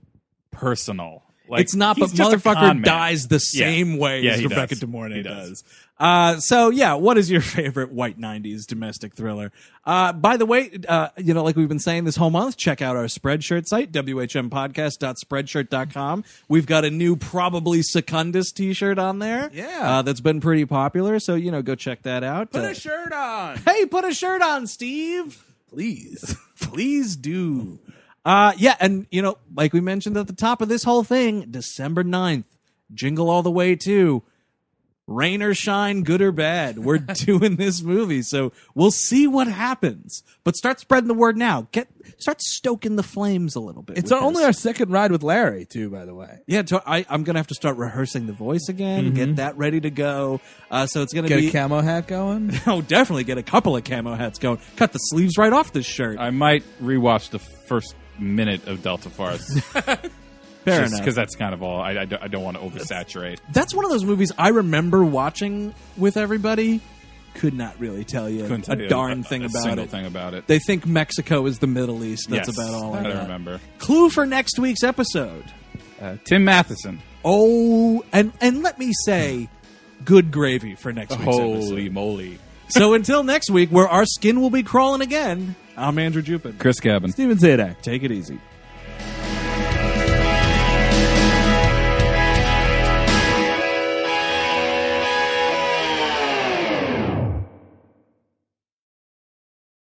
personal. Like
it's not,
he's
but
just a con
motherfucker
man.
dies the
Yeah.
same way
Yeah,
as
he
Rebecca
does.
De Mornay
He
does.
does.
Uh, so yeah, what is your [LAUGHS] favorite white '90s domestic thriller? Uh, by the way, uh, you know, like we've been saying this whole month, check out our Spreadshirt site, whmpodcast.spreadshirt.com. We've got a new probably Secundus T-shirt on there,
Yeah.
uh, that's been pretty popular. So you know, go check that out.
Put
Uh,
a shirt on.
hey, put a shirt on, Steve. Please, [LAUGHS] please do. Uh, yeah, and you know, like we mentioned at the top of this whole thing, December 9th, jingle all the way to rain or shine, good or bad. [LAUGHS] We're doing this movie, so we'll see what happens. But start spreading the word now. Get start stoking the flames a little bit.
It's
with
our, only
this.
our second ride with Larry, too, by the way.
yeah. To, I, I'm gonna have to start rehearsing the voice again. Get that ready to go. Uh, so it's gonna
Get
be
a camo hat going.
[LAUGHS] oh, definitely get a couple of camo hats going. Cut the sleeves right off this shirt.
I might rewatch the first minute of Delta [LAUGHS] Force
Fair enough.
because that's kind of all. I, I don't, I don't want to oversaturate.
That's one of those movies I remember watching with everybody. Could not really tell
[LAUGHS]
you
Couldn't
a
tell you
darn
a-
thing
a
about
single
it.
thing about it.
They think Mexico is the Middle East. That's
Yes,
about all I,
that
got.
remember.
Clue for next week's episode.
Uh, Tim Matheson.
Oh, and and let me say, good gravy for next week's
Holy
episode.
moly.
so until next week, where our skin will be crawling again. I'm Andrew Jupin.
Chris Cabin.
Steven Zadak.
Take it easy.